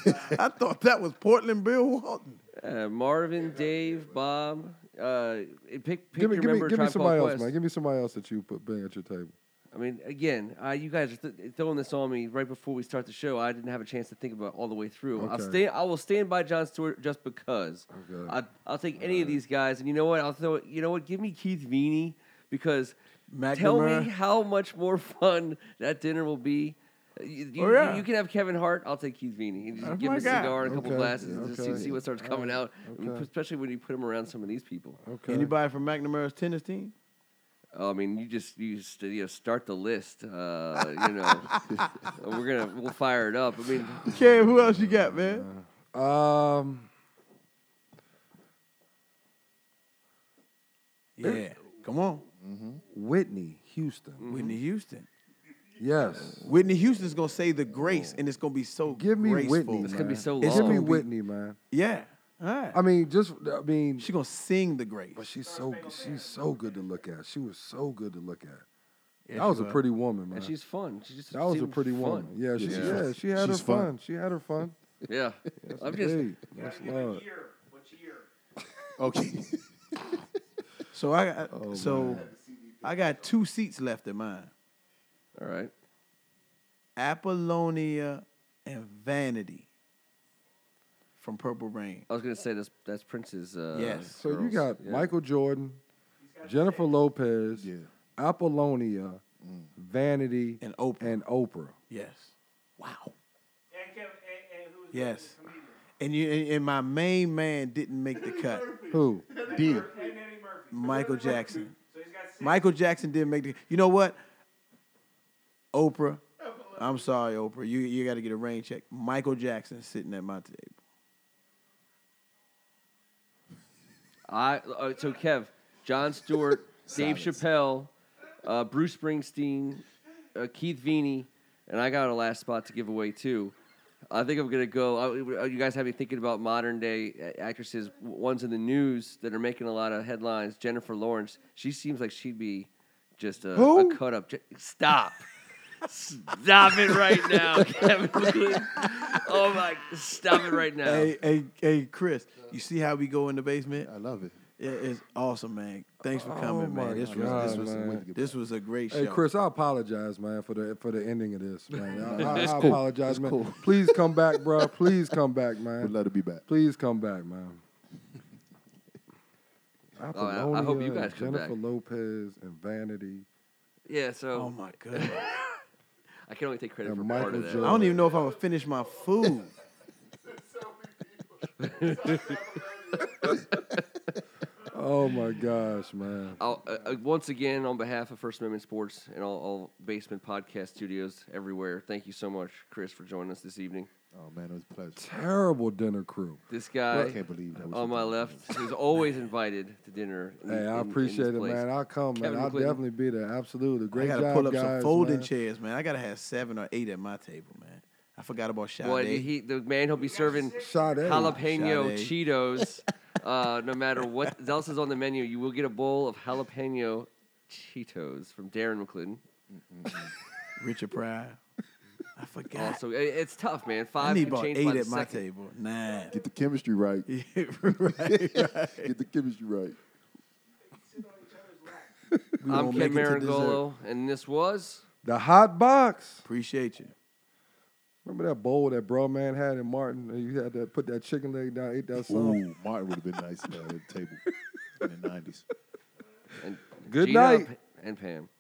Speaker 1: bad. I thought that was Portland Bill Walton.
Speaker 4: Uh, Marvin, Dave, Bob. Uh, pick pick
Speaker 5: Give me,
Speaker 4: your
Speaker 5: give me,
Speaker 4: member of
Speaker 5: give me
Speaker 4: Tribe Called
Speaker 5: somebody else,
Speaker 4: Quest.
Speaker 5: man. Give me somebody else that you put bring at your table.
Speaker 4: I mean, again, I, you guys are th- throwing this on me right before we start the show. I didn't have a chance to think about it all the way through. I'll
Speaker 5: Okay.
Speaker 4: stay. I will stand by John Stewart just because.
Speaker 5: Okay.
Speaker 4: I, I'll take any of these guys, and you know what? I'll throw. You know what? Give me Keith Veeney because tell
Speaker 1: McNamara.
Speaker 4: me how much more fun that dinner will be. You, you,
Speaker 1: Oh, yeah.
Speaker 4: you- you can have Kevin Hart. I'll take Keith Veeney. You Just
Speaker 1: Oh,
Speaker 4: give him
Speaker 1: my
Speaker 4: a
Speaker 1: God.
Speaker 4: cigar and a couple
Speaker 5: Okay.
Speaker 4: glasses, and just see-
Speaker 5: Okay.
Speaker 4: see what starts coming out. I mean,
Speaker 5: Okay.
Speaker 4: especially when you put him around some of these people.
Speaker 5: Okay.
Speaker 1: Anybody from McNamara's tennis team?
Speaker 4: Oh, I mean, you just you just you know, start the list. Uh, you know, we're gonna we'll fire it up. I mean,
Speaker 1: Ken, who else you got, man?
Speaker 5: Um,
Speaker 1: Yeah. Come on.
Speaker 5: Whitney Houston.
Speaker 1: Whitney Houston.
Speaker 5: Yes.
Speaker 1: Whitney Houston's gonna say the grace, and it's gonna be so
Speaker 5: Give me
Speaker 1: graceful.
Speaker 5: Whitney.
Speaker 4: It's gonna be
Speaker 5: man.
Speaker 4: so
Speaker 1: It's
Speaker 5: Give
Speaker 1: gonna
Speaker 5: me
Speaker 1: be-
Speaker 4: long.
Speaker 5: Whitney, man.
Speaker 1: Yeah. All right.
Speaker 5: I mean, just I mean,
Speaker 1: She's gonna sing the grace.
Speaker 5: but she's so she's so good to look at. She was so good to look at.
Speaker 1: Yeah,
Speaker 5: That was
Speaker 1: she
Speaker 5: a pretty woman, man.
Speaker 4: And she's fun. She just
Speaker 5: that was a
Speaker 4: seemed
Speaker 5: pretty
Speaker 4: fun.
Speaker 5: woman. Yeah, she,
Speaker 3: She's
Speaker 5: yeah,
Speaker 3: fun.
Speaker 5: she had
Speaker 3: She's
Speaker 5: her
Speaker 3: fun.
Speaker 5: fun. She had her fun.
Speaker 4: Yeah, I'm just
Speaker 5: Hey, yes, Lord.
Speaker 3: Okay.
Speaker 1: So I got so I got two seats left in mine.
Speaker 4: all right.
Speaker 1: Apollonia and Vanity from Purple Rain.
Speaker 4: I was gonna say that's that's Prince's. Uh,
Speaker 1: Yes.
Speaker 5: So you
Speaker 4: girls.
Speaker 5: got
Speaker 4: Yeah.
Speaker 5: Michael Jordan, Jennifer Lopez,
Speaker 3: yeah.
Speaker 5: Apollonia, Vanity,
Speaker 1: And Oprah.
Speaker 5: and Oprah.
Speaker 1: Yes. Wow. Yes. And you and, and my main man didn't make the cut.
Speaker 5: Who?
Speaker 3: Deal.
Speaker 1: Michael Jackson. Michael Jackson didn't make the You know what? Oprah. I'm sorry, Oprah. You you got to get a rain check. Michael Jackson sitting at my table.
Speaker 4: I uh, so Kev, John Stewart, Dave Chappelle, uh, Bruce Springsteen, uh, Keith Veeney, and I got a last spot to give away too. I think I'm gonna go. Uh, you guys have me thinking about modern day uh, actresses, ones in the news that are making a lot of headlines. Jennifer Lawrence. She seems like she'd be just a,
Speaker 5: Who?
Speaker 4: a cut up. Je- Stop. Stop it right now, Kevin. Lynn. Oh my! Stop it right now.
Speaker 1: Hey, hey, hey, Chris. You see how we go in the basement?
Speaker 3: I love it.
Speaker 1: It- it's awesome, man. Thanks for
Speaker 5: Oh
Speaker 1: coming,
Speaker 5: my
Speaker 1: man. This was
Speaker 5: God,
Speaker 1: this was
Speaker 5: man.
Speaker 1: this was a great show.
Speaker 5: Hey Chris, I apologize, man, for the for the ending of this, man. I, I, I
Speaker 3: cool.
Speaker 5: apologize,
Speaker 3: It's
Speaker 5: man.
Speaker 3: cool.
Speaker 5: Please come back, bro. Please come back,
Speaker 3: We'd
Speaker 5: man.
Speaker 3: love to be back.
Speaker 5: Please come back, man.
Speaker 4: Oh, I- I hope you
Speaker 5: Apollonia
Speaker 4: guys
Speaker 5: and
Speaker 4: come
Speaker 5: Jennifer
Speaker 4: back.
Speaker 5: Lopez and Vanity
Speaker 4: Yeah. So
Speaker 1: oh my god.
Speaker 4: I can only take credit
Speaker 5: And
Speaker 4: for part
Speaker 5: Michael
Speaker 4: of that.
Speaker 1: I
Speaker 5: Jordan.
Speaker 1: don't even know if I'm gonna finish my food.
Speaker 5: Oh my gosh, man.
Speaker 4: I'll, uh, uh, once again, on behalf of First Amendment Sports and all, all basement podcast studios everywhere, thank you so much, Chris, for joining us this evening.
Speaker 3: Oh man, it was a pleasure.
Speaker 5: Terrible dinner crew.
Speaker 4: This
Speaker 3: I
Speaker 4: guy
Speaker 3: can't believe that. was
Speaker 4: on my
Speaker 3: something-
Speaker 4: left is always invited to dinner. in-
Speaker 5: Hey,
Speaker 4: in-
Speaker 5: I
Speaker 4: in this
Speaker 5: appreciate it,
Speaker 4: place.
Speaker 5: man. I'll come, man.
Speaker 4: Kevin
Speaker 5: I'll
Speaker 4: McClinton.
Speaker 5: definitely be there. Absolutely. Great
Speaker 1: I gotta
Speaker 5: job,
Speaker 1: pull up
Speaker 5: guys,
Speaker 1: some folding
Speaker 5: man.
Speaker 1: chairs, man. I gotta have seven or eight at my table, man. I forgot about Sade.
Speaker 4: Boy, he, the man he'll be serving
Speaker 5: Sade.
Speaker 4: jalapeno
Speaker 1: Sade.
Speaker 4: Cheetos. Uh, no matter what else is on the menu, you will get a bowl of jalapeno Cheetos from Darren McClinton.
Speaker 1: Richard Pryor. I forgot.
Speaker 4: Also, it- it's tough, man. Five
Speaker 1: I need
Speaker 4: can
Speaker 1: about
Speaker 4: change
Speaker 1: eight
Speaker 4: by
Speaker 1: at
Speaker 4: the
Speaker 1: my
Speaker 4: second.
Speaker 1: table. Nine.
Speaker 3: Get the chemistry right.
Speaker 1: Yeah, right, right.
Speaker 3: Get the chemistry right.
Speaker 1: We
Speaker 4: I'm
Speaker 1: won't
Speaker 4: Ken
Speaker 1: make it to dessert.
Speaker 4: Marangolo, and this was.
Speaker 5: The hot box.
Speaker 1: Appreciate you.
Speaker 5: Remember that bowl that bro man had in Martin? And You had to put that chicken leg down, ate that song.
Speaker 3: Ooh, Martin would have been nice uh, at the table in the nineties.
Speaker 4: And
Speaker 5: Good
Speaker 4: Gina
Speaker 5: night.
Speaker 4: P- And Pam.